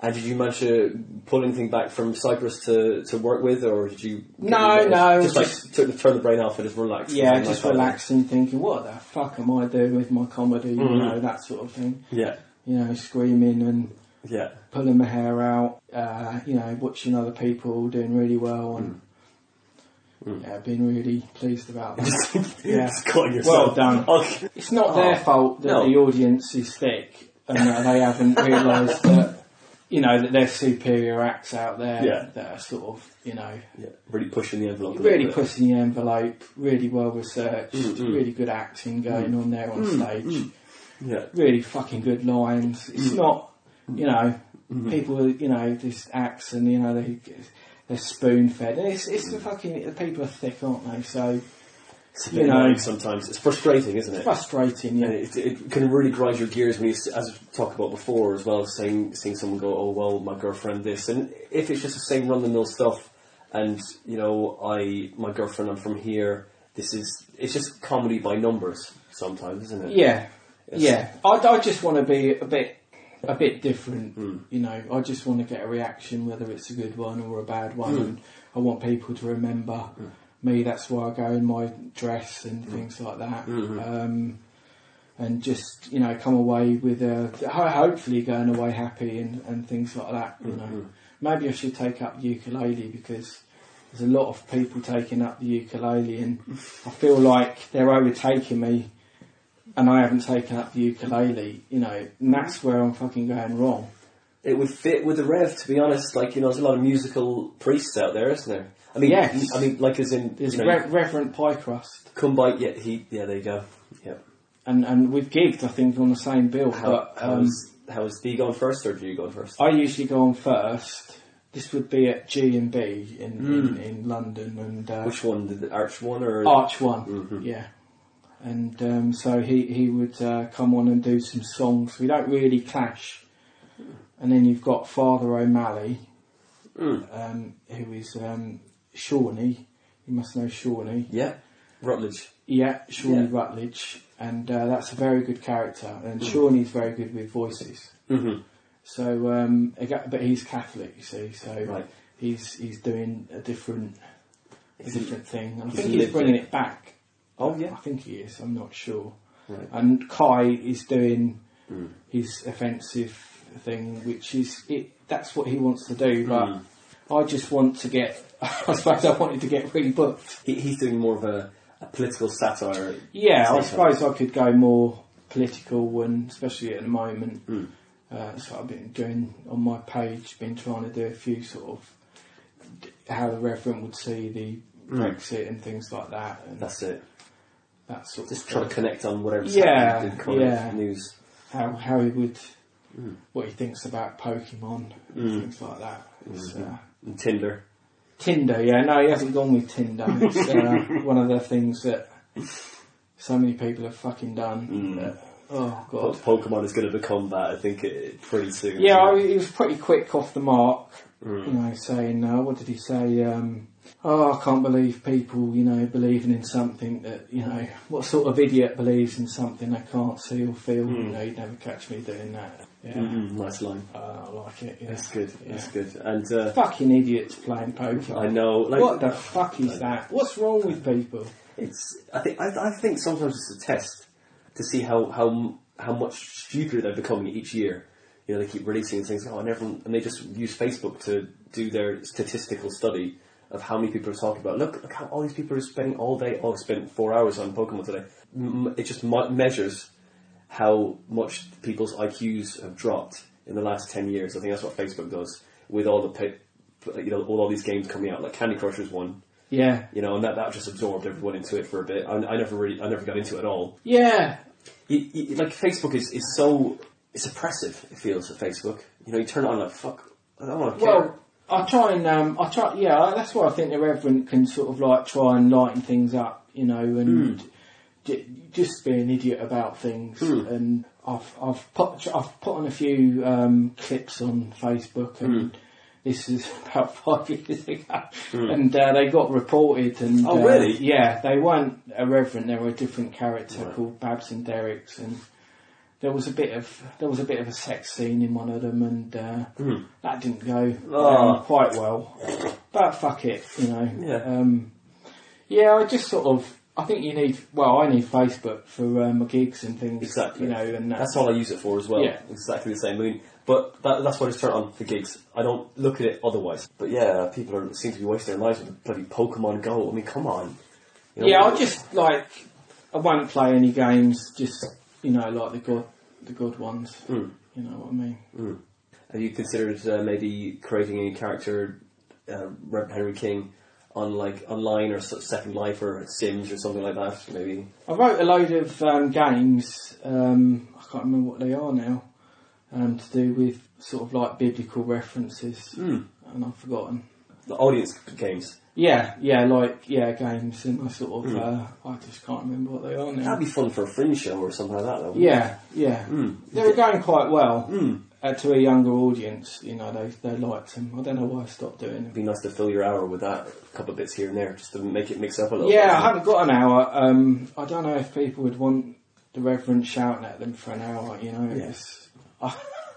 A: And did you manage to pull anything back from Cyprus to, to work with, or did you?
B: No, no,
A: Just like
B: just-
A: took the, turn the brain off and just relax.
B: Yeah,
A: Something
B: just
A: like that.
B: relaxing, thinking, what the fuck am I doing with my comedy? You know, that sort of thing.
A: Yeah,
B: You know, screaming and
A: yeah,
B: pulling my hair out, uh, you know, watching other people doing really well and yeah, being really pleased about that. Oh, yeah.
A: Just cutting yourself.
B: Well done.
A: Okay.
B: It's not their fault that
A: no.
B: the audience is thick and that they haven't realised that you know that there's superior acts out there
A: Yeah.
B: that are sort of you know
A: Yeah, really pushing the envelope. a little
B: really
A: bit.
B: pushing the envelope, really well researched, really good acting going on there on stage,
A: Yeah,
B: really fucking good lines. It's not you know people you know this acts and you know they they're spoon fed. It's it's the fucking the people are thick, aren't they? So
A: it's a
B: You
A: bit
B: know.
A: annoying sometimes. It's frustrating, isn't it?
B: frustrating, yeah.
A: And it, it can really grind your gears when you, s- as we talked about before, as well as seeing, seeing someone go, oh, well, my girlfriend this. And if it's just the same run the mill stuff, and, you know, I, my girlfriend, I'm from here, this is, it's just comedy by numbers sometimes, isn't it?
B: Yeah,
A: Yes.
B: yeah. I, I just want to be a bit, a bit different. You know, I just want to get a reaction, whether it's a good one or a bad one. And I want people to remember me. That's why I go in my dress and things like that. Um, and just you know, come away with a ho- hopefully going away happy and, and things like that. You know, maybe I should take up ukulele because there's a lot of people taking up the ukulele, and I feel like they're overtaking me and I haven't taken up the ukulele, you know, and that's where I'm fucking going wrong.
A: It would fit with the Rev, to be honest. Like, you know, there's a lot of musical priests out there, isn't there? I mean,
B: Yes.
A: I mean, like, as in,
B: There's
A: you know,
B: Re- Reverend Piecrust,
A: come by, yeah, he, yeah, there you go. Yeah.
B: and, and we've gigged, I think, on the same bill,
A: How,
B: but um,
A: how's, how's D gone first, or do you go first?
B: I usually go on first. This would be at G and B in, in, in London, and uh,
A: Hmm. Which Mm-hmm. one? Did the Arch one, or?
B: Arch One, yeah. And um, so he he would uh, come on and do some songs. We don't really clash. And then you've got Father O'Malley,
A: Hmm.
B: um, who is um, Shawnee. You must know Shawnee.
A: Yeah. Rutledge.
B: Yeah,
A: Yeah.
B: Shawnee Rutledge, and uh, that's a very good character. And Shawnee's very good with voices.
A: Mm-hmm.
B: So, um, aga- but he's Catholic, you see. So
A: Right.
B: he's he's doing a different a different thing. And I
A: he's
B: think he's
A: lived
B: bringing
A: it.
B: it back.
A: Oh, yeah.
B: I think he is. I'm not sure.
A: Right.
B: And Kai is doing
A: Hmm.
B: his offensive thing, which is it. That's what he wants to do. But
A: Hmm.
B: I just want to get. I suppose I wanted to get rebooked.
A: He, he's doing more of a, a political satire.
B: Yeah, I
A: Take
B: suppose I could go more political, and especially at the moment, uh, that's what I've been doing on my page. Been trying to do a few sort of d- how the reverend would see the Brexit and things like that, and
A: That's it.
B: that sort
A: Just
B: of
A: trying to
B: thing.
A: connect on whatever's
B: Yeah,
A: happening in current
B: yeah.
A: news.
B: how how he would, what he thinks about Pokemon and things like that. It's, uh,
A: And Tinder.
B: Tinder, yeah, no, he hasn't gone with Tinder. It's uh, one of the things that so many people have fucking done. that- oh god.
A: Pokemon is going to become that, I think, it, pretty soon.
B: Yeah, I, he was pretty quick off the mark.
A: Mm.
B: You know, saying uh, what did he say? Um, oh, I can't believe people, you know, believing in something that you know. What sort of idiot believes in something they can't see or feel? You know, you'd never catch me doing that. oh, Yeah,
A: Mm, nice line.
B: uh, I like it. Yeah.
A: That's good.
B: Yeah.
A: That's good. And uh,
B: Fucking idiots playing poker.
A: I know, like,
B: what the fuck is that? What's wrong with people?
A: It's. I think. I, I think sometimes it's a test to see how how m- how much stupider they're becoming each year. You know, they keep releasing things. Oh, and everyone, and they just use Facebook to do their statistical study of how many people are talking about. Look, look how all these people are spending all day. Oh, I spent four hours on Pokemon today. M- m- it just mi- measures how much people's IQs have dropped in the last ten years. I think that's what Facebook does with all the pa- you know all, all these games coming out. Like Candy Crush was one
B: Yeah,
A: you know, and that, that just absorbed everyone into it for a bit. I, I never really, I never got into it at all.
B: yeah.
A: You- you- like Facebook is, is so, it's oppressive. It feels at Facebook. You know, you turn it on like fuck. I don't want to care.
B: Well, I try and um, I try. Yeah, I- that's why I think the Reverend can sort of like try and lighten things up, you know, and
A: Hmm.
B: j- just be an idiot about things. And I've I've put I've put on a few um, clips on Facebook
A: Hmm.
B: and. This is about five years ago, and uh, they got reported. And
A: Hmm. Oh,
B: uh,
A: really?
B: Yeah, they weren't a reverend; they were a different character called Babs and Derricks, and there was a bit of there was a bit of a sex scene in one of them, and uh,
A: Hmm.
B: that didn't go
A: Oh.
B: um, quite well. But fuck it, you know.
A: Yeah.
B: Um, yeah, I just sort of I think you need well, I need Facebook for uh, my gigs and things,
A: exactly.
B: You know, and that,
A: that's all I use it for as well.
B: Yeah.
A: Exactly the same. I mean, but that, that's why I just turn it on for gigs. I don't look at it otherwise. But yeah, people are, seem to be wasting their lives with bloody Pokemon Go. I mean, come on. You know,
B: yeah, I just like I won't play any games, just you know, like the good the good ones.
A: Hmm.
B: You know what I mean?
A: Have you considered uh, maybe creating a character, uh, Rep Henry King, on like online or s- Second Life or Sims or something like that? Maybe.
B: I wrote a load of um, games. Um, I can't remember what they are now. Um, to do with sort of like biblical references, and I've forgotten.
A: The audience games.
B: Yeah, yeah, like yeah, games, and I sort of uh, I just can't remember what they are now.
A: That'd be fun for a fringe show or something like that. Though.
B: yeah, yeah, they were going quite well uh, to a younger audience. You know, they they liked them. I don't know why I stopped doing them.
A: It'd be nice to fill your hour with that, a couple of bits here and there, just to make it mix up a little.
B: Yeah, I
A: bit.
B: haven't got an hour. Um, I don't know if people would want the Reverend shouting at them for an hour. You know, it's.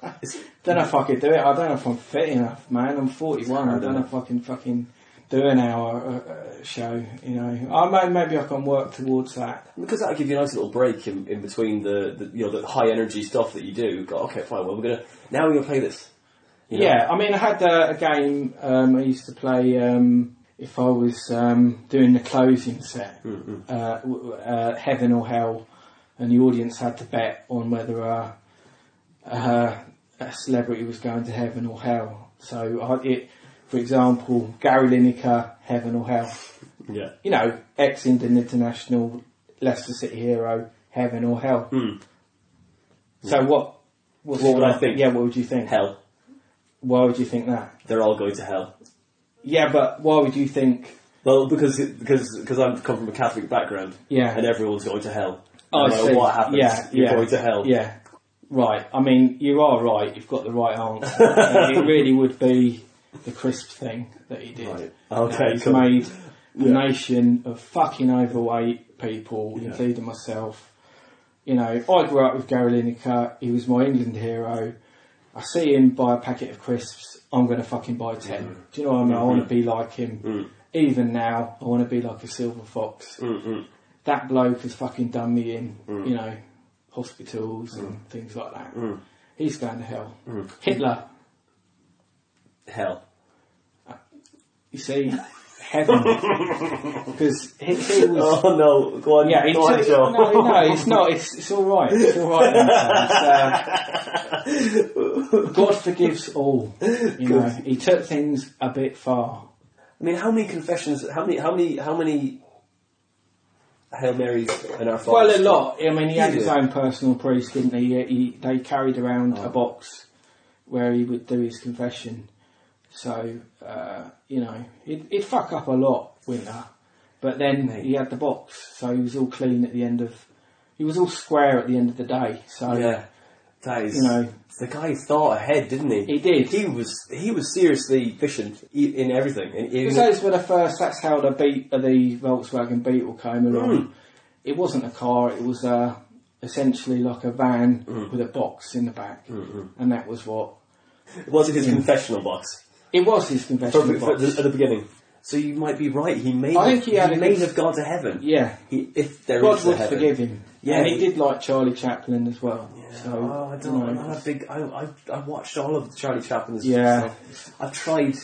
A: It's-
B: don't know if I could do it. I don't know if I'm fit enough, man. I'm 41. I don't know if I can fucking do an hour uh, uh, show. You know, I may, maybe I can work towards that.
A: because that'll give you a nice little break in, in between the, the you know the high energy stuff that you do. Go, okay, fine. Well, we're gonna now we're gonna play this. you know?
B: Yeah, I mean, I had uh, a game um, I used to play um, if I was um, doing the closing set,
A: Hmm,
B: uh, w- w- uh, Heaven or Hell, and the audience had to bet on whether uh, uh, a celebrity was going to heaven or hell. So, I, it, for example, Gary Lineker, Heaven or Hell.
A: yeah.
B: you know, ex Indian international, Leicester City hero, heaven or hell. So what? What's
A: Hmm. What would
B: your-
A: I think?
B: Yeah, what would you think?
A: Hell,
B: Why would you think that?
A: they're all going to hell.
B: Yeah, but why would you think?
A: Well, because because because I come from a Catholic background,
B: Yeah.
A: and everyone's going to hell.
B: Oh,
A: no
B: I
A: matter
B: see.
A: what happens,
B: Yeah,
A: you're
B: yeah.
A: going to hell.
B: Yeah, right. I mean, you are right. You've got the right answer. And it really would be the crisp thing that he did.
A: Right. Okay,
B: He's
A: cool.
B: made a nation of fucking overweight people, including myself. You know, I grew up with Gary Lineker. He was my England hero. I see him buy a packet of crisps. I'm going to fucking buy 10. Do you know what I mean? I want to be like him. Even now, I want to be like a silver fox. That bloke has fucking done me in, you know, hospitals and things like that. He's going to hell. Hitler,
A: Hell.
B: you see, heaven. Because he, he was.
A: Oh no! Go on.
B: Yeah, he
A: go on,
B: took-
A: Joe.
B: no, no, it's not. It's, it's all right. It's all right. Anton. It's, uh, God forgives all. You know, he took things a bit far.
A: I mean, how many confessions? How many? How many? How many? Hail Marys and our
B: Well,
A: Fathers?
B: a lot. I mean, he had
A: Yeah.
B: his own personal priest, didn't Oh. he? he, he they carried around a box where he would do his confession. So uh, you know, he'd, he'd fuck up a lot, Winter. But then he had the box, so he was all clean at the end of. He was all square at the end of the day. So
A: Yeah, that is.
B: You know.
A: the guy thought ahead, didn't he?
B: He did.
A: He was he was seriously efficient i- in everything. In, in,
B: Because those were the first. That's how the beat uh, the Volkswagen Beetle came along.
A: Hmm.
B: It wasn't a car. It was uh, essentially like a van
A: Hmm.
B: with a box in the back, and that was what
A: it was his confessional box
B: it was. His
A: for,
B: confession
A: for,
B: box.
A: the, at the beginning. So you might be right. He may
B: I think he had a
A: may
B: good-
A: have gone to heaven.
B: yeah,
A: He, if there is
B: God
A: a
B: would
A: heaven.
B: forgive him.
A: Yeah,
B: and he,
A: he-
B: did like Charlie Chaplin as well. So
A: Oh, I
B: you
A: don't know.
B: know,
A: I'm a big. I, I I watched all of Charlie Chaplin's
B: Yeah.
A: stuff. I've tried,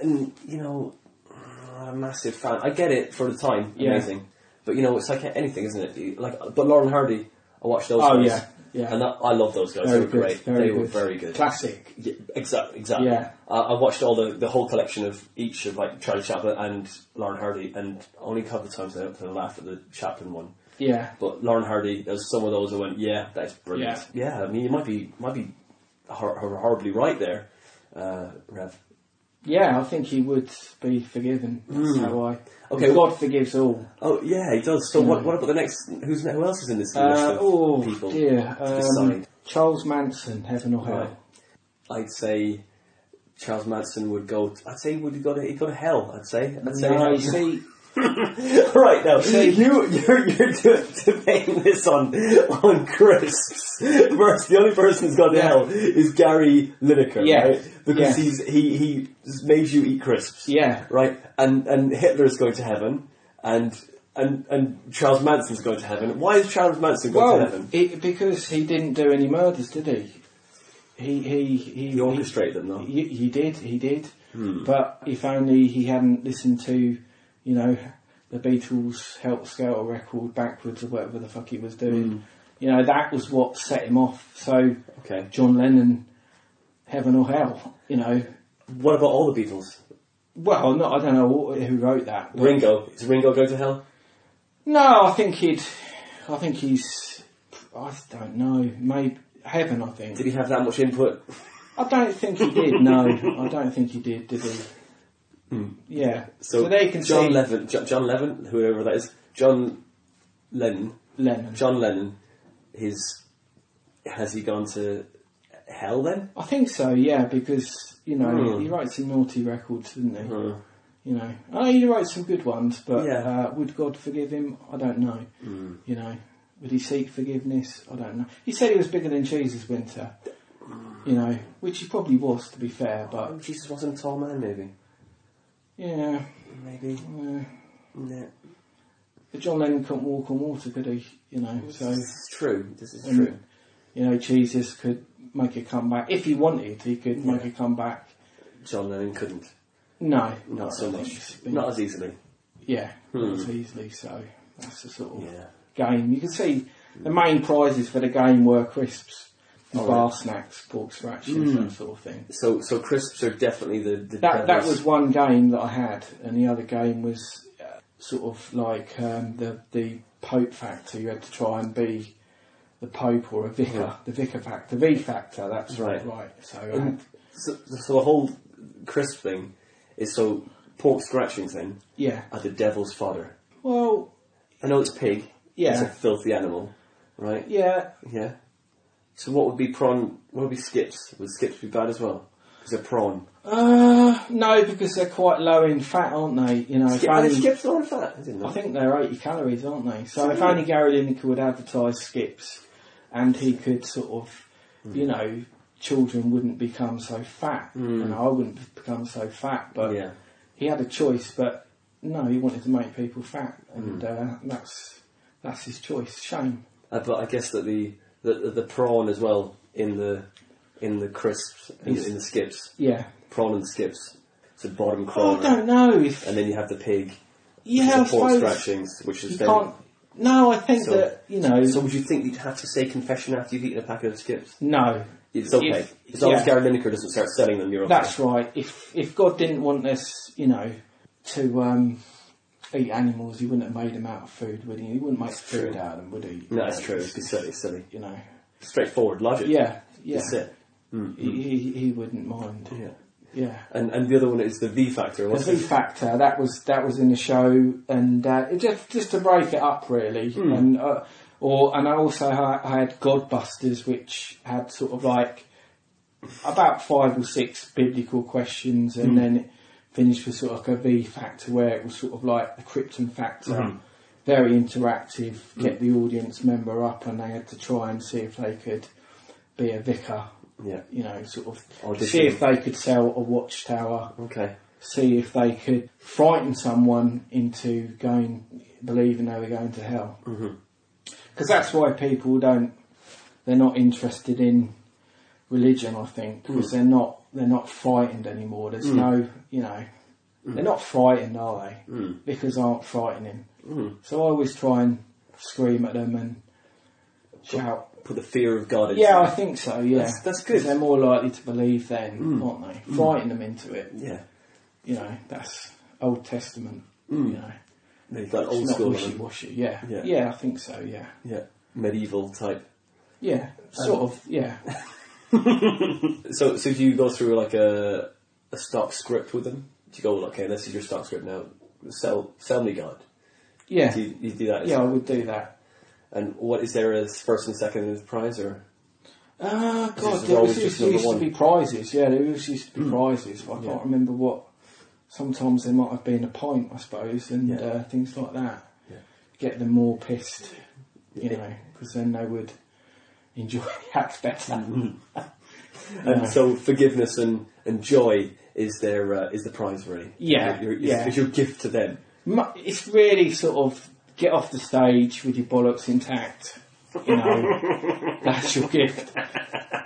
A: and you know, I'm not a massive fan. I get it for the time,
B: Yeah.
A: amazing. But you know, it's like anything, isn't it? Like, but Lauren Hardy, I watched those.
B: Oh,
A: guys,
B: yeah, yeah.
A: And I, I love those guys.
B: very
A: they were
B: good,
A: great.
B: very
A: they were
B: good.
A: very good.
B: Classic.
A: Yeah, exactly, exactly.
B: Yeah.
A: I I watched all the, the whole collection of each of like Charlie Chaplin and Lauren Hardy, and only a couple of times I I laughed at the Chaplin one.
B: Yeah,
A: But Lauren Hardy, there's some of those I went, yeah, that's brilliant. Yeah, I mean, you might be might be hor- hor- horribly right there, uh, Rev.
B: yeah. I think he would be forgiven. That's how I.
A: Hmm. Okay,
B: God forgives all.
A: Oh yeah, he does. So what? What about the next? Who's who else is in this list
B: Hmm. Uh,
A: of
B: oh
A: people?
B: dear.
A: to
B: Um,
A: decide?
B: Charles Manson, Heaven or Hell.
A: Right. I'd say Charles Manson would go. I'd say he would go to he go to hell. I'd say. I'd say
B: No, you see,
A: right now,
B: See-
A: you you're, you're de- debating this on on crisps. Versus the only person who's gone to
B: Yeah.
A: hell is Gary Lineker,
B: Yeah.
A: right? Because
B: Yeah.
A: he's he he made you eat crisps,
B: Yeah.
A: right? And and Hitler's going to heaven, and and and Charles Manson's going to heaven. Why is Charles Manson going to
B: well,
A: heaven?
B: it, because he didn't do any murders, did he? He he he,
A: He Hmm. orchestrated them, though.
B: He, he did, he did. But if only he hadn't listened to, you know, the Beatles' Help Skelter record backwards or whatever the fuck he was doing.
A: Hmm.
B: You know, that was what set him off. So,
A: Okay.
B: John Lennon, heaven or hell, you know.
A: What about all the Beatles?
B: Well, not I don't know wh- who wrote that. but-
A: Ringo is Ringo going to hell?
B: No, I think he'd. I think he's. I don't know. Maybe heaven. I think.
A: Did he have that much input?
B: I don't think he did. No, I don't think he did. Did he? Yeah. So, there you can
A: Hmm. John
B: see
A: Levin, Jo- John Levin, whoever that is, John Lennon.
B: Lennon.
A: John Lennon, his has he gone to hell then?
B: I think so. Yeah, because you know
A: Hmm.
B: he wrote some naughty records, didn't he?
A: Hmm.
B: You know, I know he wrote some good ones, but
A: Yeah. Hmm.
B: uh, would God forgive him? I don't know. You know, would he seek forgiveness? I don't know. He said he was bigger than Jesus Winter. You know, which he probably was, to be fair. But
A: Oh, Jesus wasn't a tall man, maybe.
B: yeah.
A: Maybe.
B: yeah.
A: Yeah.
B: But John Lennon couldn't walk on water, could he? You know, so
A: this is true. This is
B: and,
A: true.
B: you know Jesus could make a comeback if he wanted. He could make a comeback.
A: John Lennon couldn't.
B: No,
A: Not so
B: I think
A: much.
B: it's been-
A: Not as easily.
B: yeah, not so easily. So that's the sort of
A: Yeah. Hmm.
B: game. You can see the main prizes for the game were crisps, and
A: Oh, Hmm.
B: bar
A: right.
B: snacks, pork scratches, that sort of thing.
A: So so crisps are definitely the, the
B: That that
A: devil's-
B: was one game that I had, and the other game was uh, sort of like um, the the Pope factor. You had to try and be the Pope or a vicar,
A: Yeah.
B: the vicar factor, V factor. That's right,
A: Right.
B: right. So I
A: And
B: had,
A: so, so the whole crisp thing is so pork scratchings then
B: yeah.
A: are the devil's fodder.
B: Well,
A: I know it's pig. It's a
B: yeah,
A: filthy animal, right?
B: yeah.
A: Yeah. So what would be prawn? What would be skips? Would skips be bad as well? Because they're prawn.
B: Uh, no, because they're quite low in fat, aren't they? You know, if
A: Skip, are
B: only-
A: they skips or fat? I didn't know.
B: I think they're 80 calories, aren't they? So if
A: Hmm.
B: only Gary Lineker would advertise skips and he could sort of,
A: Hmm.
B: you know, children wouldn't become so fat. And I wouldn't become so fat, but
A: Hmm. yeah.
B: he had a choice, but no, he wanted to make people fat. And
A: Hmm.
B: uh, that's that's his choice. Shame.
A: Uh, but I guess that the, the the- the prawn as well in the in the crisps in,
B: Yes.
A: in the skips
B: Yeah.
A: prawn and skips. It's a bottom
B: Oh,
A: crawler,
B: I don't know if.
A: and then you have the pig. which
B: Yeah, I
A: is the pork
B: suppose.
A: scratchings, which
B: You
A: is then.
B: can't. No, I think
A: So-
B: that, you know.
A: So would you think you'd have to say confession after you've eaten a packet of skips?
B: no.
A: It's okay.
B: If-
A: as long as
B: yeah.
A: Gary Lineker doesn't start selling them, you're okay.
B: That's right. If if God didn't want us, you know, to um, eat animals, He wouldn't have made them out of food, would He? He wouldn't make
A: That's
B: food
A: true.
B: out of them, would He?
A: no, that's true. It's silly, silly.
B: You know,
A: Straightforward logic.
B: yeah, yeah.
A: That's it.
B: He, he he wouldn't mind.
A: Yeah.
B: yeah.
A: and and the other one is the V Factor.
B: The
A: What's
B: V
A: it?
B: Factor that was that was in the show, and uh, it just just to break it up really, and uh, or and I also ha- had Godbusters, which had sort of like about five or six biblical questions, and then it finished with sort of like a V Factor where it was sort of like the Krypton Factor. Very interactive, kept the audience member up, and they had to try and see if they could be a vicar,
A: Yeah.
B: you know, sort of
A: Audition.
B: see if they could sell a watchtower
A: Okay.
B: see if they could frighten someone into going believing they were going to hell. Because
A: Mm-hmm.
B: that's why people don't they're not interested in religion. I think
A: Mm.
B: because they're not they're not frightened anymore. There's no you know
A: Mm.
B: they're not frightened, are they? Mm. Because aren't frightening.
A: Mm.
B: So I always try and scream at them and shout.
A: Put the fear of God. Into
B: Yeah, I
A: it.
B: think so. Yeah,
A: That's- that's good. Mm.
B: 'Cause They're more likely to believe then, aren't they? Frighten them into it
A: Yeah.
B: you know, that's Old Testament. You know,
A: It's like Hmm. old
B: it's not
A: school.
B: wishy washy. Yeah.
A: Yeah.
B: yeah, I think so. Yeah,
A: Yeah. Medieval type.
B: yeah, sort of. Yeah,
A: So so do you go through like a a stock script with them? Do you go well, okay? This is your stock script now. Sell sell me God.
B: yeah,
A: Do you, you do that?
B: yeah. I would do that.
A: And what is there as first and second in the prize or?
B: Ah, God,
A: is
B: there
A: always
B: was, used,
A: just number
B: used
A: one. Hmm.
B: to be prizes. Yeah, there was used to be prizes. I
A: Yeah.
B: can't remember what. Sometimes there might have been a pint, I suppose, and
A: Yeah.
B: uh, things like that.
A: Yeah.
B: Get them more pissed, you
A: Yeah.
B: know, because then they would enjoy the act better.
A: Hmm. And
B: Yeah.
A: so forgiveness and, and joy is their uh, is the prize really.
B: Yeah,
A: Your- your- is,
B: yeah.
A: is your gift to them.
B: Mu- it's really sort of get off the stage with your bollocks intact. You know, that's your gift.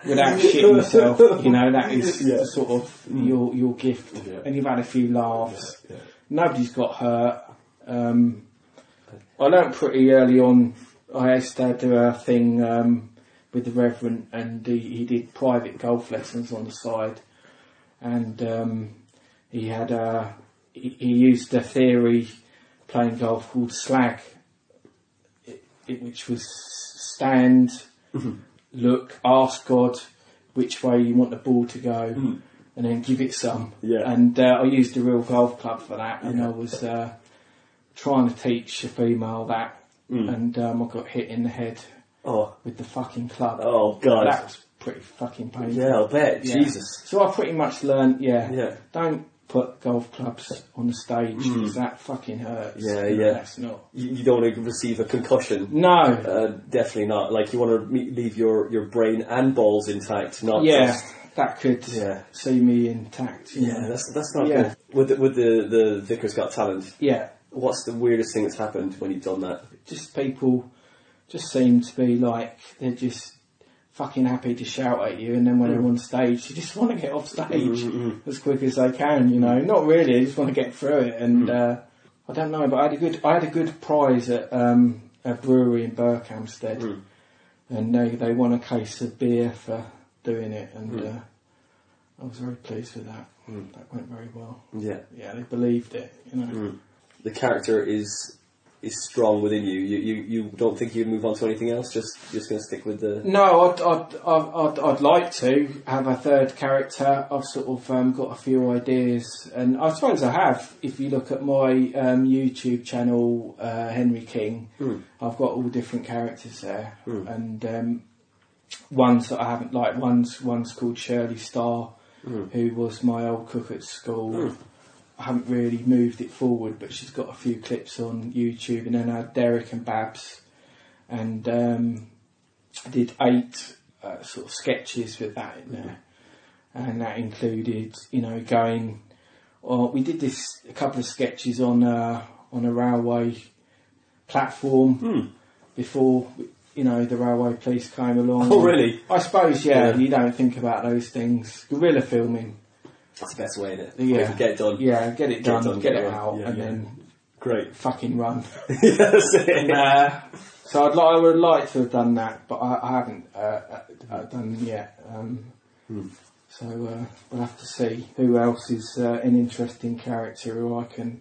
B: Without shitting yourself, you know that is
A: Yeah.
B: sort of your your gift.
A: Yeah.
B: And you've had a few laughs.
A: Yeah.
B: Nobody's got hurt. Um, I learnt pretty early on. I used to do a thing um, with the Reverend, and he, he did private golf lessons on the side, and um, he had a he, he used a theory playing golf called slag, it, it, which was stand,
A: Mm-hmm.
B: look, ask God which way you want the ball to go, and then give it some.
A: Mm-hmm. Yeah.
B: And uh, I used a real golf club for that, and
A: Yeah.
B: I was. Uh, trying to teach a female that,
A: Mm.
B: and um, I got hit in the head
A: Oh,
B: with the fucking club.
A: oh God.
B: That was pretty fucking painful.
A: yeah, I'll bet.
B: Yeah.
A: Jesus.
B: So I pretty much learned, yeah,
A: Yeah. Mm.
B: don't put golf clubs on the stage because that fucking hurts.
A: Yeah,
B: You know,
A: yeah.
B: That's not.
A: You, you don't want to receive a concussion.
B: No.
A: Uh, definitely not. Like you want to me leave your, your brain and balls intact, not
B: yeah,
A: just
B: that could
A: Yeah.
B: see me intact. you
A: yeah.
B: know.
A: That's that's not
B: Yeah.
A: good. With the, with the the Vicar's Got Talent,
B: yeah.
A: what's the weirdest thing that's happened when you've done that?
B: Just people just seem to be like they're just fucking happy to shout at you, and then when they're on stage, they just want to get off stage as quick as they can. You know, not really. They just want to get through it. And uh, I don't know, but I had a good, I had a good prize at um, a brewery in Berkhamsted, and they they won a case of beer for doing it, and uh, I was very pleased with that. That went very well.
A: Yeah.
B: Yeah, they believed it. You know.
A: the character is is strong within you. You you, you don't think you'd move on to anything else. Just you're just going to stick with the.
B: No, I'd, I'd, I'd, I'd, I'd like to have a third character. I've sort of um, got a few ideas, and I suppose I have. If you look at my um, YouTube channel, uh, Henry King, I've got all different characters there, and um, ones that I haven't liked. One's one's called Shirley Starr, who was my old cook at school. I haven't really moved it forward, but she's got a few clips on YouTube, and then I had Derek and Babs, and um, I did eight uh, sort of sketches with that in there, and that included, you know, going. Or we did this a couple of sketches on uh, on a railway platform
A: Hmm.
B: before, you know, the railway police came along.
A: Oh, really?
B: I suppose, yeah,
A: Yeah.
B: You don't think about those things. Guerrilla filming,
A: That's the best way in it.
B: Yeah.
A: get it done.
B: yeah,
A: Get
B: get it
A: it
B: done,
A: done, get
B: get,
A: it
B: it
A: done.
B: out,
A: Yeah,
B: and
A: yeah.
B: then
A: Great.
B: fucking run.
A: That's it.
B: Uh, so I'd like, I would like to have done that, but I, I haven't uh, uh, uh, done yet. Um, So uh, we'll have to see who else is uh, an interesting character who I can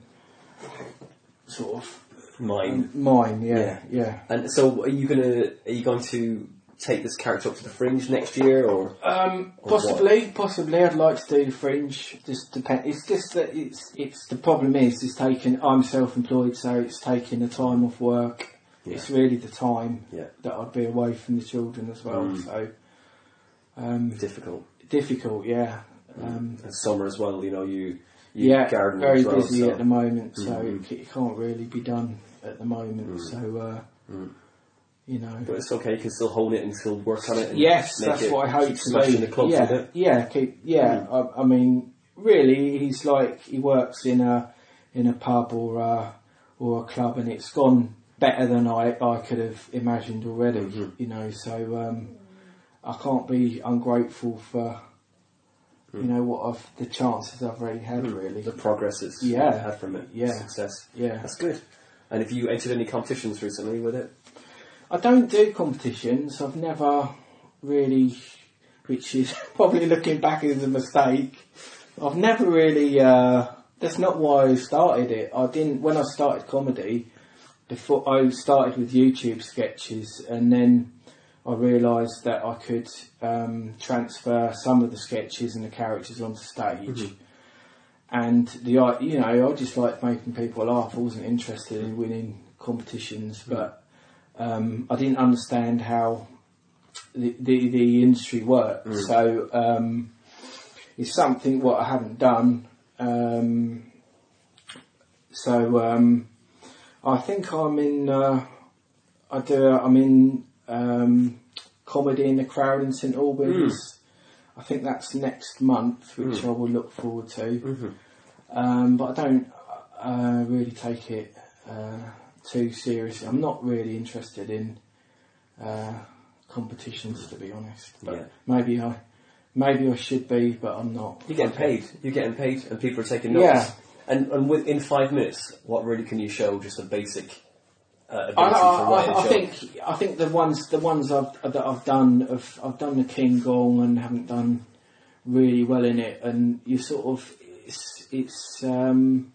B: sort of
A: Mine.
B: mine. Yeah,
A: Yeah.
B: yeah.
A: And so, are you gonna are you going to take this character up to the fringe next year, or
B: Um,
A: Or
B: possibly, possibly. I'd like to do the fringe. Just depend. It's just that it's it's the problem is it's taking. I'm self-employed, so it's taking the time off work.
A: Yeah.
B: It's really the time
A: Yeah.
B: that I'd be away from the children as well.
A: Mm.
B: So um,
A: difficult?
B: difficult, yeah. Um,
A: And summer as well, you know, you, you
B: yeah,
A: garden
B: very
A: Mm. as well,
B: busy
A: so-
B: at the moment, so
A: Mhm.
B: it, c- it can't really be done at the moment.
A: Mm.
B: So uh,
A: Mm.
B: you know,
A: But it's okay, you can still hone it and still work on it. And
B: Yes,
A: make
B: that's
A: it-
B: what I hope
A: keep
B: to
A: smashing
B: do.
A: the clubs
B: yeah,
A: with it. Mm.
B: yeah, keep, yeah. I, I mean, really, he's like he works in a in a pub or a or a club, and it's gone better than I I could have imagined already.
A: Mhm.
B: You know, so um, I can't be ungrateful for
A: Mm.
B: you know what I've the chances I've already had. Really,
A: The progress it's
B: Yeah.
A: had from it,
B: Yeah.
A: success.
B: yeah.
A: That's good. And if you entered any competitions recently with it?
B: I don't do competitions. I've never really, which is probably looking back is a mistake. I've never really. Uh, that's not why I started it. I didn't when I started comedy. Before I started with YouTube sketches, and then I realised that I could um, transfer some of the sketches and the characters onto stage. And the i- you know I just liked making people laugh. I wasn't interested in winning competitions, but um, I didn't understand how the the, the industry worked. So um, it's something what I haven't done. Um, so um, I think I'm in. Uh, I do. I'm in um, comedy in the crowd in St Albans. I think that's next month, which I will look forward to. Um, but I don't uh, really take it uh, too seriously. I'm not really interested in uh, competitions, to be honest. But
A: Yeah.
B: maybe I, maybe I should be, but I'm not.
A: You're getting paid. You're getting paid, and people are taking
B: Yeah.
A: notice. And and within five minutes, what really can you show? Just a basic uh, ability
B: I,
A: for
B: I,
A: writing
B: I, I
A: show.
B: think I think the ones the ones I've, that I've done of I've done the King Gong and haven't done really well in it, and you sort of it's it's um,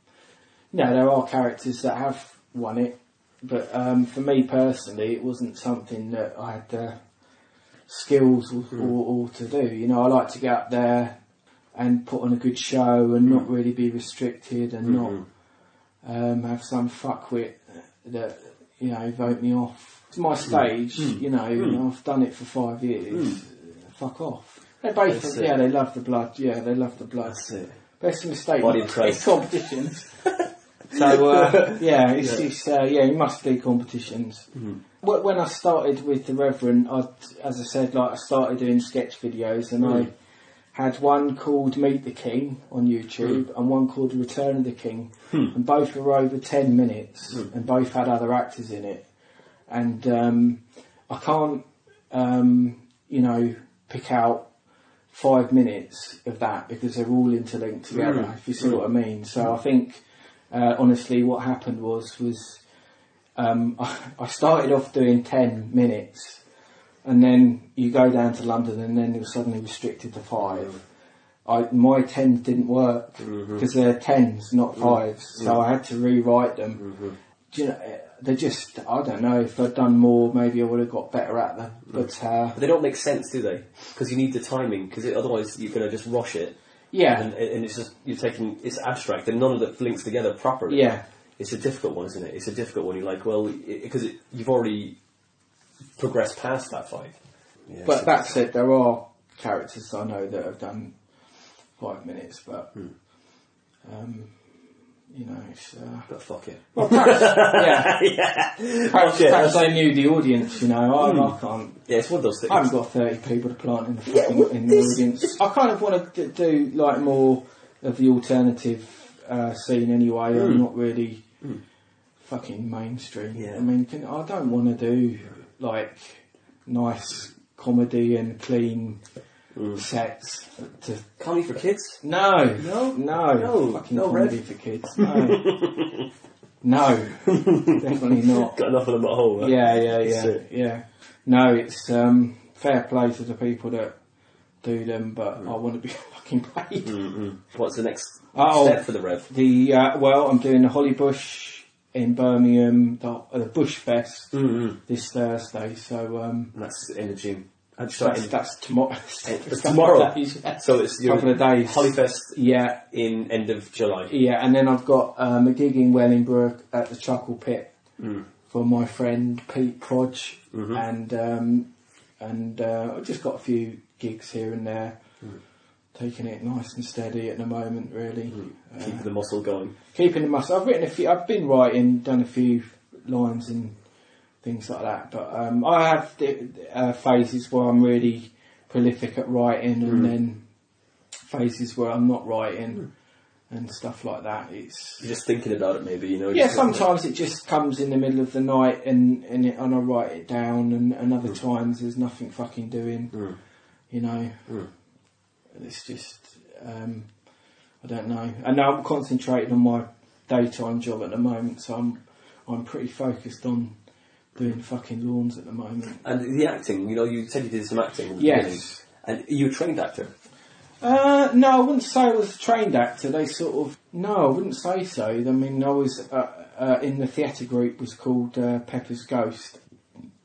B: you know there are characters that have won it, but um, for me personally, it wasn't something that I had the skills or,
A: Hmm.
B: or, or to do. You know, I like to get up there and put on a good show and
A: Hmm.
B: not really be restricted and not um, have some fuckwit that you know vote me off. It's
A: Hmm.
B: my stage, you know. and I've done it for five years. Fuck off. They both,
A: Hmm. That's
B: yeah,
A: it.
B: they love the blood. Yeah, they love the blood.
A: that's it.
B: Best mistake.
A: Body
B: not-
A: praise.
B: it's competitions. so uh, yeah, it's,
A: Yeah.
B: it's uh, yeah, you must do competitions. Wh- When I started with the Reverend, I, as I said, like I started doing sketch videos, and I had one called Meet the King on YouTube and one called Return of the King, and both were over ten minutes, and both had other actors in it, and um, I can't, um, you know, pick out five minutes of that because they're all interlinked together.
A: Mm.
B: If you see what I mean. So I think, uh, honestly, what happened was was um, I started off doing ten minutes, and then you go down to London, and then you're suddenly restricted to five. I, my tens didn't work because they're tens, not fives. So I had to rewrite them.
A: Mm.
B: Do you know? eh, They just, I don't know. If I'd done more, maybe I would have got better at them.
A: Hmm.
B: But uh,
A: But they don't make sense, do they? Because you need the timing. Because otherwise, you're going to just rush it,
B: yeah,
A: and, and it's just you're taking it's abstract, and none of it links together properly.
B: yeah,
A: it's a difficult one, isn't it? It's a difficult one. You're like, well, because it, you've already progressed past that five. Yeah,
B: But that said, there are characters I know that have done five minutes, but
A: Hmm.
B: um, you know, it's, uh,
A: but fuck it.
B: well, perhaps, yeah,
A: yeah, Hmm.
B: perhaps,
A: Okay,
B: perhaps they knew the audience. You know, I, I can't.
A: yeah, it's one of those things.
B: I haven't got thirty people to plant in the
A: Yeah,
B: fucking
A: well,
B: in the
A: this-
B: audience. I kind of want to do like more of the alternative uh, scene anyway. I'm not really fucking mainstream.
A: Hmm. Yeah.
B: I mean, can, I don't want to do like nice comedy and clean
A: Hmm.
B: sets to
A: Comedy for kids.
B: no,
A: No?
B: no,
A: No,
B: fucking
A: no
B: comedy for kids. No, no, definitely not.
A: Got enough of them at home. Right?
B: Yeah, yeah, yeah,
A: So-
B: yeah. No, it's um, fair play to the people that do them, but I want to be fucking paid.
A: Mm. What's the next
B: Oh.
A: step for the Rev?
B: The uh, well, I'm doing the Hollybush in Birmingham, the, uh, the Bush Fest
A: Mm-hmm.
B: this Thursday. So um,
A: And that's in the gym. And so,
B: that's, that's tomorrow.
A: It's tomorrow.
B: Yeah.
A: so it's your
B: couple of days.
A: Hollyfest
B: Yeah,
A: in end of July.
B: yeah, and then I've got um, a gig in Wellingbrook at the Chuckle Pit for my friend Pete Prodge, and um, and uh, I've just got a few gigs here and there, taking it nice and steady at the moment, really. Uh,
A: Keep the muscle going.
B: keeping the muscle. I've written a few. I've been writing, done a few lines and things like that. But um, I have th- uh, phases where I'm really prolific at writing, and then phases where I'm not writing and stuff like that. It's
A: You're just thinking about it, maybe you know.
B: yeah.
A: just-
B: Sometimes it just comes in the middle of the night, and and, it, and I write it down, and, and other times there's nothing fucking doing.
A: Mm.
B: You know,
A: Mm.
B: it's just. Um, I don't know. And now I'm concentrating on my daytime job at the moment, so I'm I'm pretty focused on doing fucking lawns at the moment.
A: And the acting, you know, you said you did some acting. at the
B: Yes.
A: beginning. And you're a trained actor.
B: Uh, no, I wouldn't say I was a trained actor. They sort of no, I wouldn't say so. I mean, I was uh, uh, in the theatre group was called uh, Pepper's Ghost.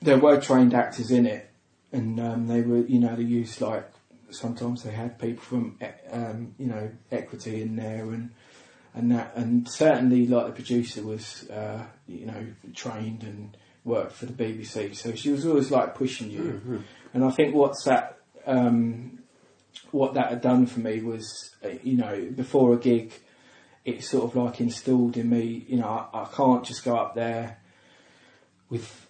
B: There were trained actors in it, and um, they were you know they used like sometimes they had people from e- um, you know Equity in there and and that and certainly like the producer was uh, you know trained and worked for the BBC, so she was always like pushing you. And I think what's that. Um, what that had done for me was, uh, you know, before a gig, it sort of like instilled in me, you know, I, I can't just go up there with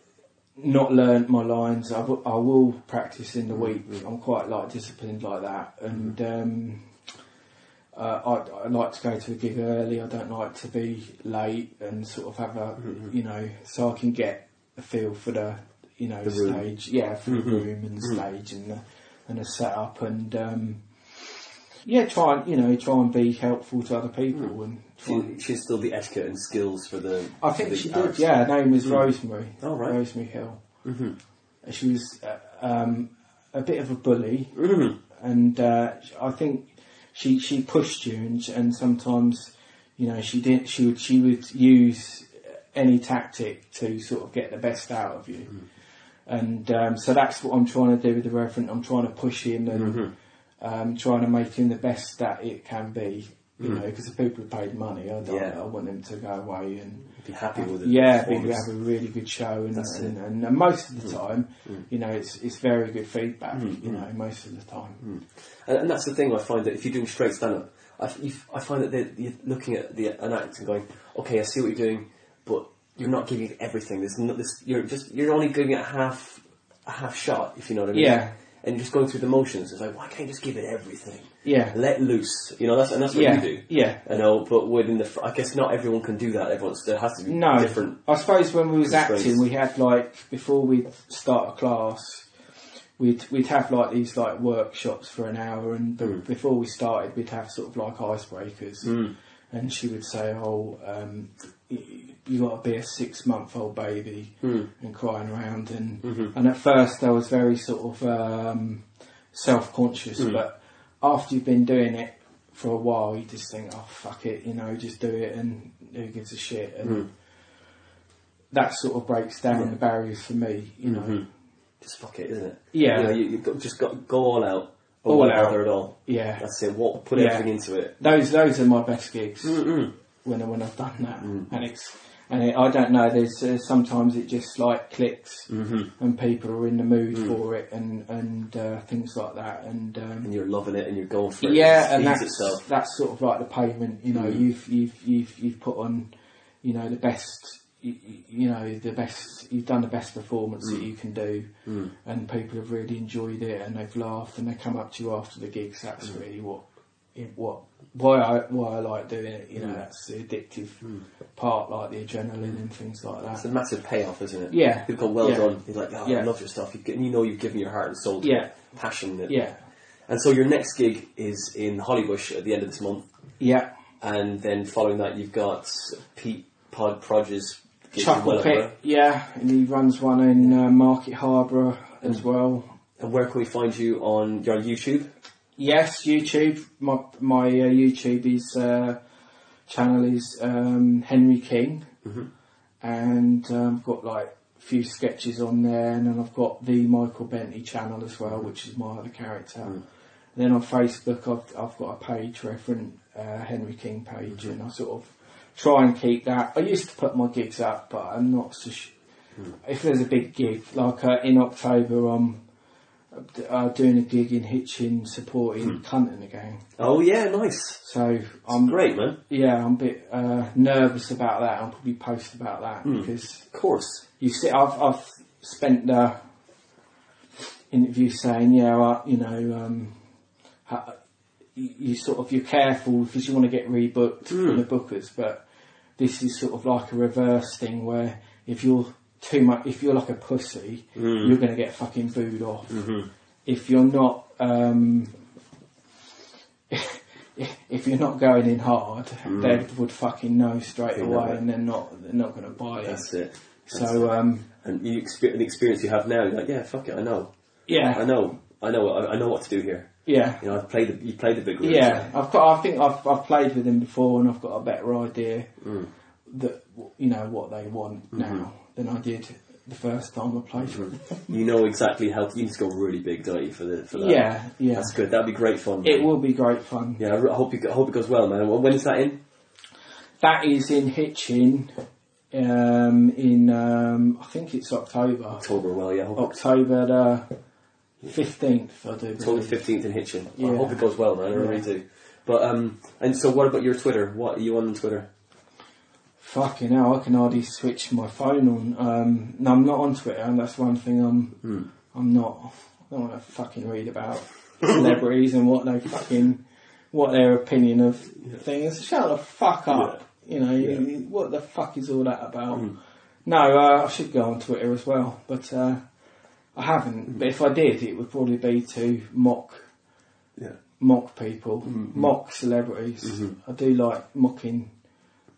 B: not learnt my lines. I, w- I will practice in the
A: Mm.
B: week. I'm quite like disciplined like that, and um, uh, I, I like to go to a gig early. I don't like to be late and sort of have a,
A: Mm-hmm.
B: you know, so I can get a feel for the, you know,
A: The room. Mm-hmm.
B: stage. Yeah, for the room and the stage and the and the setup and. Um, yeah, try and you know try and be helpful to other people
A: Mm.
B: and try and
A: She, she instilled the etiquette and skills for the.
B: I
A: for
B: think
A: the
B: she did.
A: arts.
B: Yeah, her name was Rosemary.
A: Oh, right.
B: Rosemary Hill. Mm-hmm. She was uh, um, a bit of a bully,
A: Mm-hmm.
B: and uh, I think she she pushed you, and, and sometimes you know she did she would she would use any tactic to sort of get the best out of you,
A: Mm-hmm.
B: and um, so that's what I'm trying to do with the reverend. I'm trying to push him and
A: Mm-hmm.
B: um, trying to make him the best that it can be. You know, because the people who paid money, I don't.
A: Mm-hmm. Yeah.
B: I want them to go away and
A: Be happy with it.
B: yeah, we
A: performance. Mm.
B: have a really good show, and
A: That's
B: and, and, and most of the time, you know, it's it's very good feedback.
A: Mm.
B: You know, most of the time.
A: And, and that's the thing I find that if you're doing straight stand up, I, f- you f- I find that they're- you're looking at the, an act and going, okay, I see what you're doing, but you're not giving it everything. There's no, this, you're just you're only giving it a half a half shot, if you know what I mean.
B: Yeah.
A: And you're just going through the motions. It's like, why can't you just give it everything?
B: Yeah.
A: Let loose. You know, that's and that's what
B: Yeah,
A: you do.
B: yeah.
A: I know, but within the, fr- I guess not everyone can do that. Everyone's there has to be
B: No,
A: different.
B: I suppose when we was
A: constraints.
B: acting, we had like before we'd start a class, we'd we'd have like these like workshops for an hour, and b-
A: Mm.
B: before we started, we'd have sort of like icebreakers, and she would say, "Oh, um, y- you got to be a six month old baby and crying around," and and at first I was very sort of um, self conscious, but after you've been doing it. For a while, you just think, "Oh fuck it," you know, just do it, and who gives a shit? And that sort of breaks down the barriers for me, you know.
A: Just fuck it, isn't it?
B: Yeah.
A: You know, you, you've got, just got go all out. Or
B: All
A: all
B: out.
A: out. At all.
B: Yeah,
A: That's it. What put
B: Yeah.
A: everything into it.
B: those those are my best gigs when I- when I've done that, and it's and it, I don't know. There's uh, sometimes it just like clicks, and people are in the mood for it, and and uh, things like that, and. Um,
A: and you're loving it and you're going for it.
B: yeah,
A: it
B: and
A: feeds
B: that's
A: itself. Mm.
B: that's sort of like the payment. You know, you've you've you've you've put on, you know, the best. You, you know, the best. You've done the best performance
A: Mm.
B: that you can do, and people have really enjoyed it, and they've laughed, and they come up to you after the gigs. That's
A: Mm.
B: really what it, what why I why I like doing it.
A: Mm.
B: You know, that's the addictive part, like the adrenaline and things like
A: It's a
B: that.
A: massive payoff, isn't it?
B: Yeah.
A: People go, well
B: Yeah.
A: done. You're like, oh,
B: Yeah.
A: I love your stuff. You, you know you've given your heart and soul to
B: Yeah.
A: it. Passion. it.
B: Yeah,
A: And so your next gig is in Hollybush at the end of this month.
B: yeah.
A: And then following that, you've got Pete Pod Prodge's gig in
B: Chuckle
A: Wellingborough.
B: Pit, yeah, and he runs one in uh, Market Harbour
A: Mm.
B: as well.
A: And where can we find you on, you're on YouTube?
B: Yes, YouTube. My my uh, YouTube is uh, channel is um, Henry King, and um, I've got like a few sketches on there, and then I've got the Michael Bentley channel as well, which is my other character. And then on Facebook, I've I've got a page referent uh, Henry King page, and I sort of try and keep that. I used to put my gigs up, but I'm not so. Sh- If there's a big gig, like uh, in October, I'm uh, doing a gig in Hitchin supporting Cunton again.
A: Oh yeah, nice.
B: So I'm
A: I'm great, man.
B: yeah, I'm a bit uh, nervous about that. I'll probably post about that because
A: Of course.
B: you see, I've, I've spent uh, the interview saying, yeah, I, you know, um, ha- you, you sort of you're careful because you want to get rebooked
A: Hmm.
B: from the bookers, but this is sort of like a reverse thing where if you're too much, if you're like a pussy,
A: Hmm.
B: you're going to get fucking booed off.
A: Mm-hmm.
B: If you're not, um, if you're not going in hard, they would fucking know straight
A: Hmm. They know
B: away,
A: it.
B: and they're not, they're not going to buy it.
A: That's it.
B: So um,
A: And you exper- the experience you have now, you're like, yeah, fuck it, I know, I
B: yeah,
A: know, I know, I, I know what to do here.
B: yeah,
A: You know, I've played, the, you played the big rooms.
B: yeah. I've got. I think I've I've played with them before, and I've got a better idea that you know what they want now than I did the first time I played
A: Mm-hmm.
B: with them.
A: You know exactly how you need to go really big, don't you? For the for that.
B: Yeah, yeah.
A: That's good. That'd be great fun.
B: It
A: man.
B: will be great fun.
A: Yeah, I re- hope you, go- hope it goes well, man. When is that in?
B: That is in Hitchin. Um, in um, I think it's October.
A: October. Well, yeah, I
B: Oh.
A: hope
B: October the fifteenth. I do.
A: October
B: believe.
A: fifteenth in Hitchin. I
B: Yeah.
A: hope it goes well, man. I really
B: Yeah.
A: do. But um, and so what about your Twitter? What are you on Twitter?
B: Fucking hell, I can hardly switch my phone on. Um, no, I'm not on Twitter, and that's one thing I'm.
A: Hmm.
B: I'm not. I don't want to fucking read about celebrities and what they fucking, what their opinion of things. Shut the fuck up. You know, you-
A: Yeah. Hmm.
B: what the fuck is all that about? No, uh, I should go on Twitter as well, but uh, I haven't.
A: Hmm.
B: But if I did, it would probably be to mock
A: Yeah. Hmm, Mm-hmm.
B: mock people, mock celebrities. I do like mocking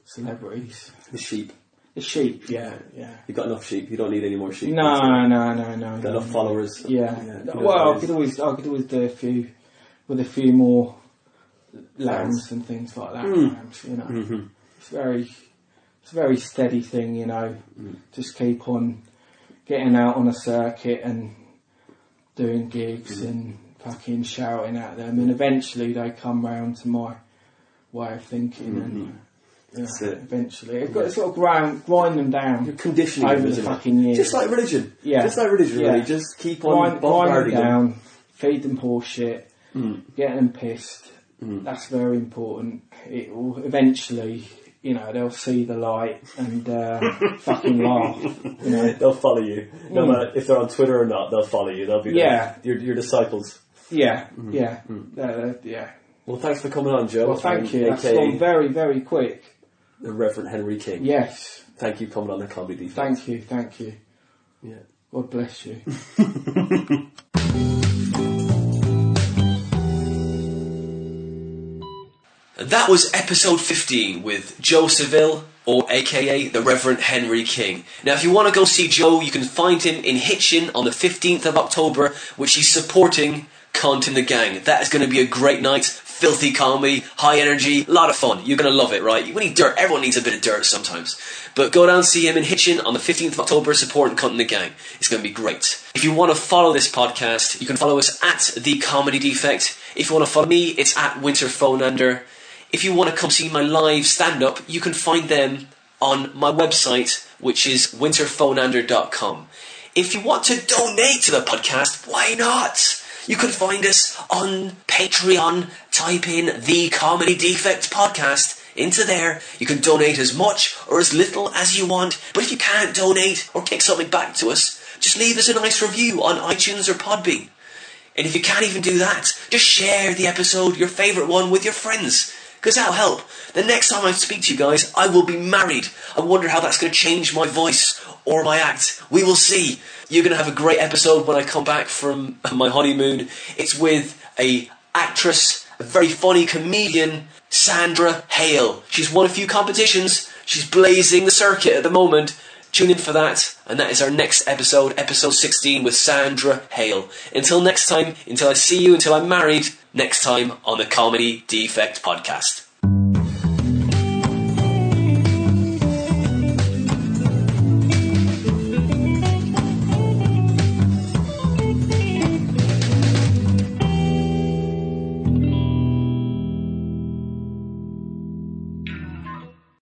B: celebrities.
A: The sheep.
B: The sheep, yeah, yeah.
A: You've got enough sheep. You don't need any more sheep.
B: No, no, no, no.
A: Got
B: no.
A: enough followers.
B: Yeah.
A: you know
B: well,
A: what
B: I
A: it is.
B: could always, I could always do a few with a few more lambs Hmm. and things like that. Lambs, you know,
A: Mm-hmm.
B: it's very, it's a very steady thing. You know, just keep on getting out on a circuit and doing gigs and fucking shouting at them, and eventually they come round to my way of thinking and. Yeah,
A: That's it.
B: eventually, I've got to sort of grind, grind them down.
A: conditioning
B: Over
A: them,
B: the
A: isn't it?
B: fucking years.
A: Just like religion.
B: Yeah.
A: Just like religion,
B: Yeah.
A: really. Just keep on
B: Grind, grind
A: bombarding
B: them
A: them.
B: down, feed them horse shit, get them pissed. That's very important. It will eventually, you know, they'll see the light and uh, fucking laugh. You know?
A: They'll follow you. No
B: Mm.
A: matter if they're on Twitter or not, they'll follow you. They'll be
B: Yeah.
A: your, your disciples.
B: Yeah, yeah, Uh, yeah.
A: Well, thanks for coming on, Joe.
B: Well, thank you. That's
A: AKA
B: gone very, very quick.
A: the Reverend Henry King.
B: Yes,
A: Thank you for coming on the comedy. Deep.
B: thank you, thank you.
A: Yeah.
B: God bless you.
C: That was episode 15 with Joe Seville, or aka the Reverend Henry King. Now, if you want to go see Joe, you can find him in Hitchin on the 15th of October, which he's supporting Cunt in the Gang. That is going to be a great night. Filthy comedy, high energy, a lot of fun. You're going to love it, right? We need dirt. Everyone needs a bit of dirt sometimes. But go down and see him in Hitchin on the 15th of October, supporting Cunt in the Gang. It's going to be great. If you want to follow this podcast, you can follow us at The Comedy Defect. If you want to follow me, it's at Winter Phonander. If you want to come see my live stand up, you can find them on my website, which is winterphonander.com. If you want to donate to the podcast, why not? You can find us on Patreon. Type in the Comedy Defect Podcast into there. You can donate as much or as little as you want, but if you can't donate or kick something back to us, just leave us a nice review on iTunes or Podbean. And if you can't even do that, just share the episode, your favourite one, with your friends. Because that'll help. The next time I speak to you guys, I will be married. I wonder how that's going to change my voice or my act. We will see. You're going to have a great episode when I come back from my honeymoon. It's with a actress, a very funny comedian, Sandra Hale. She's won a few competitions. She's blazing the circuit at the moment. Tune in for that, and that is our next episode, episode 16 with Sandra Hale. Until next time, until I see you, until I'm married, next time on the Comedy Defect Podcast.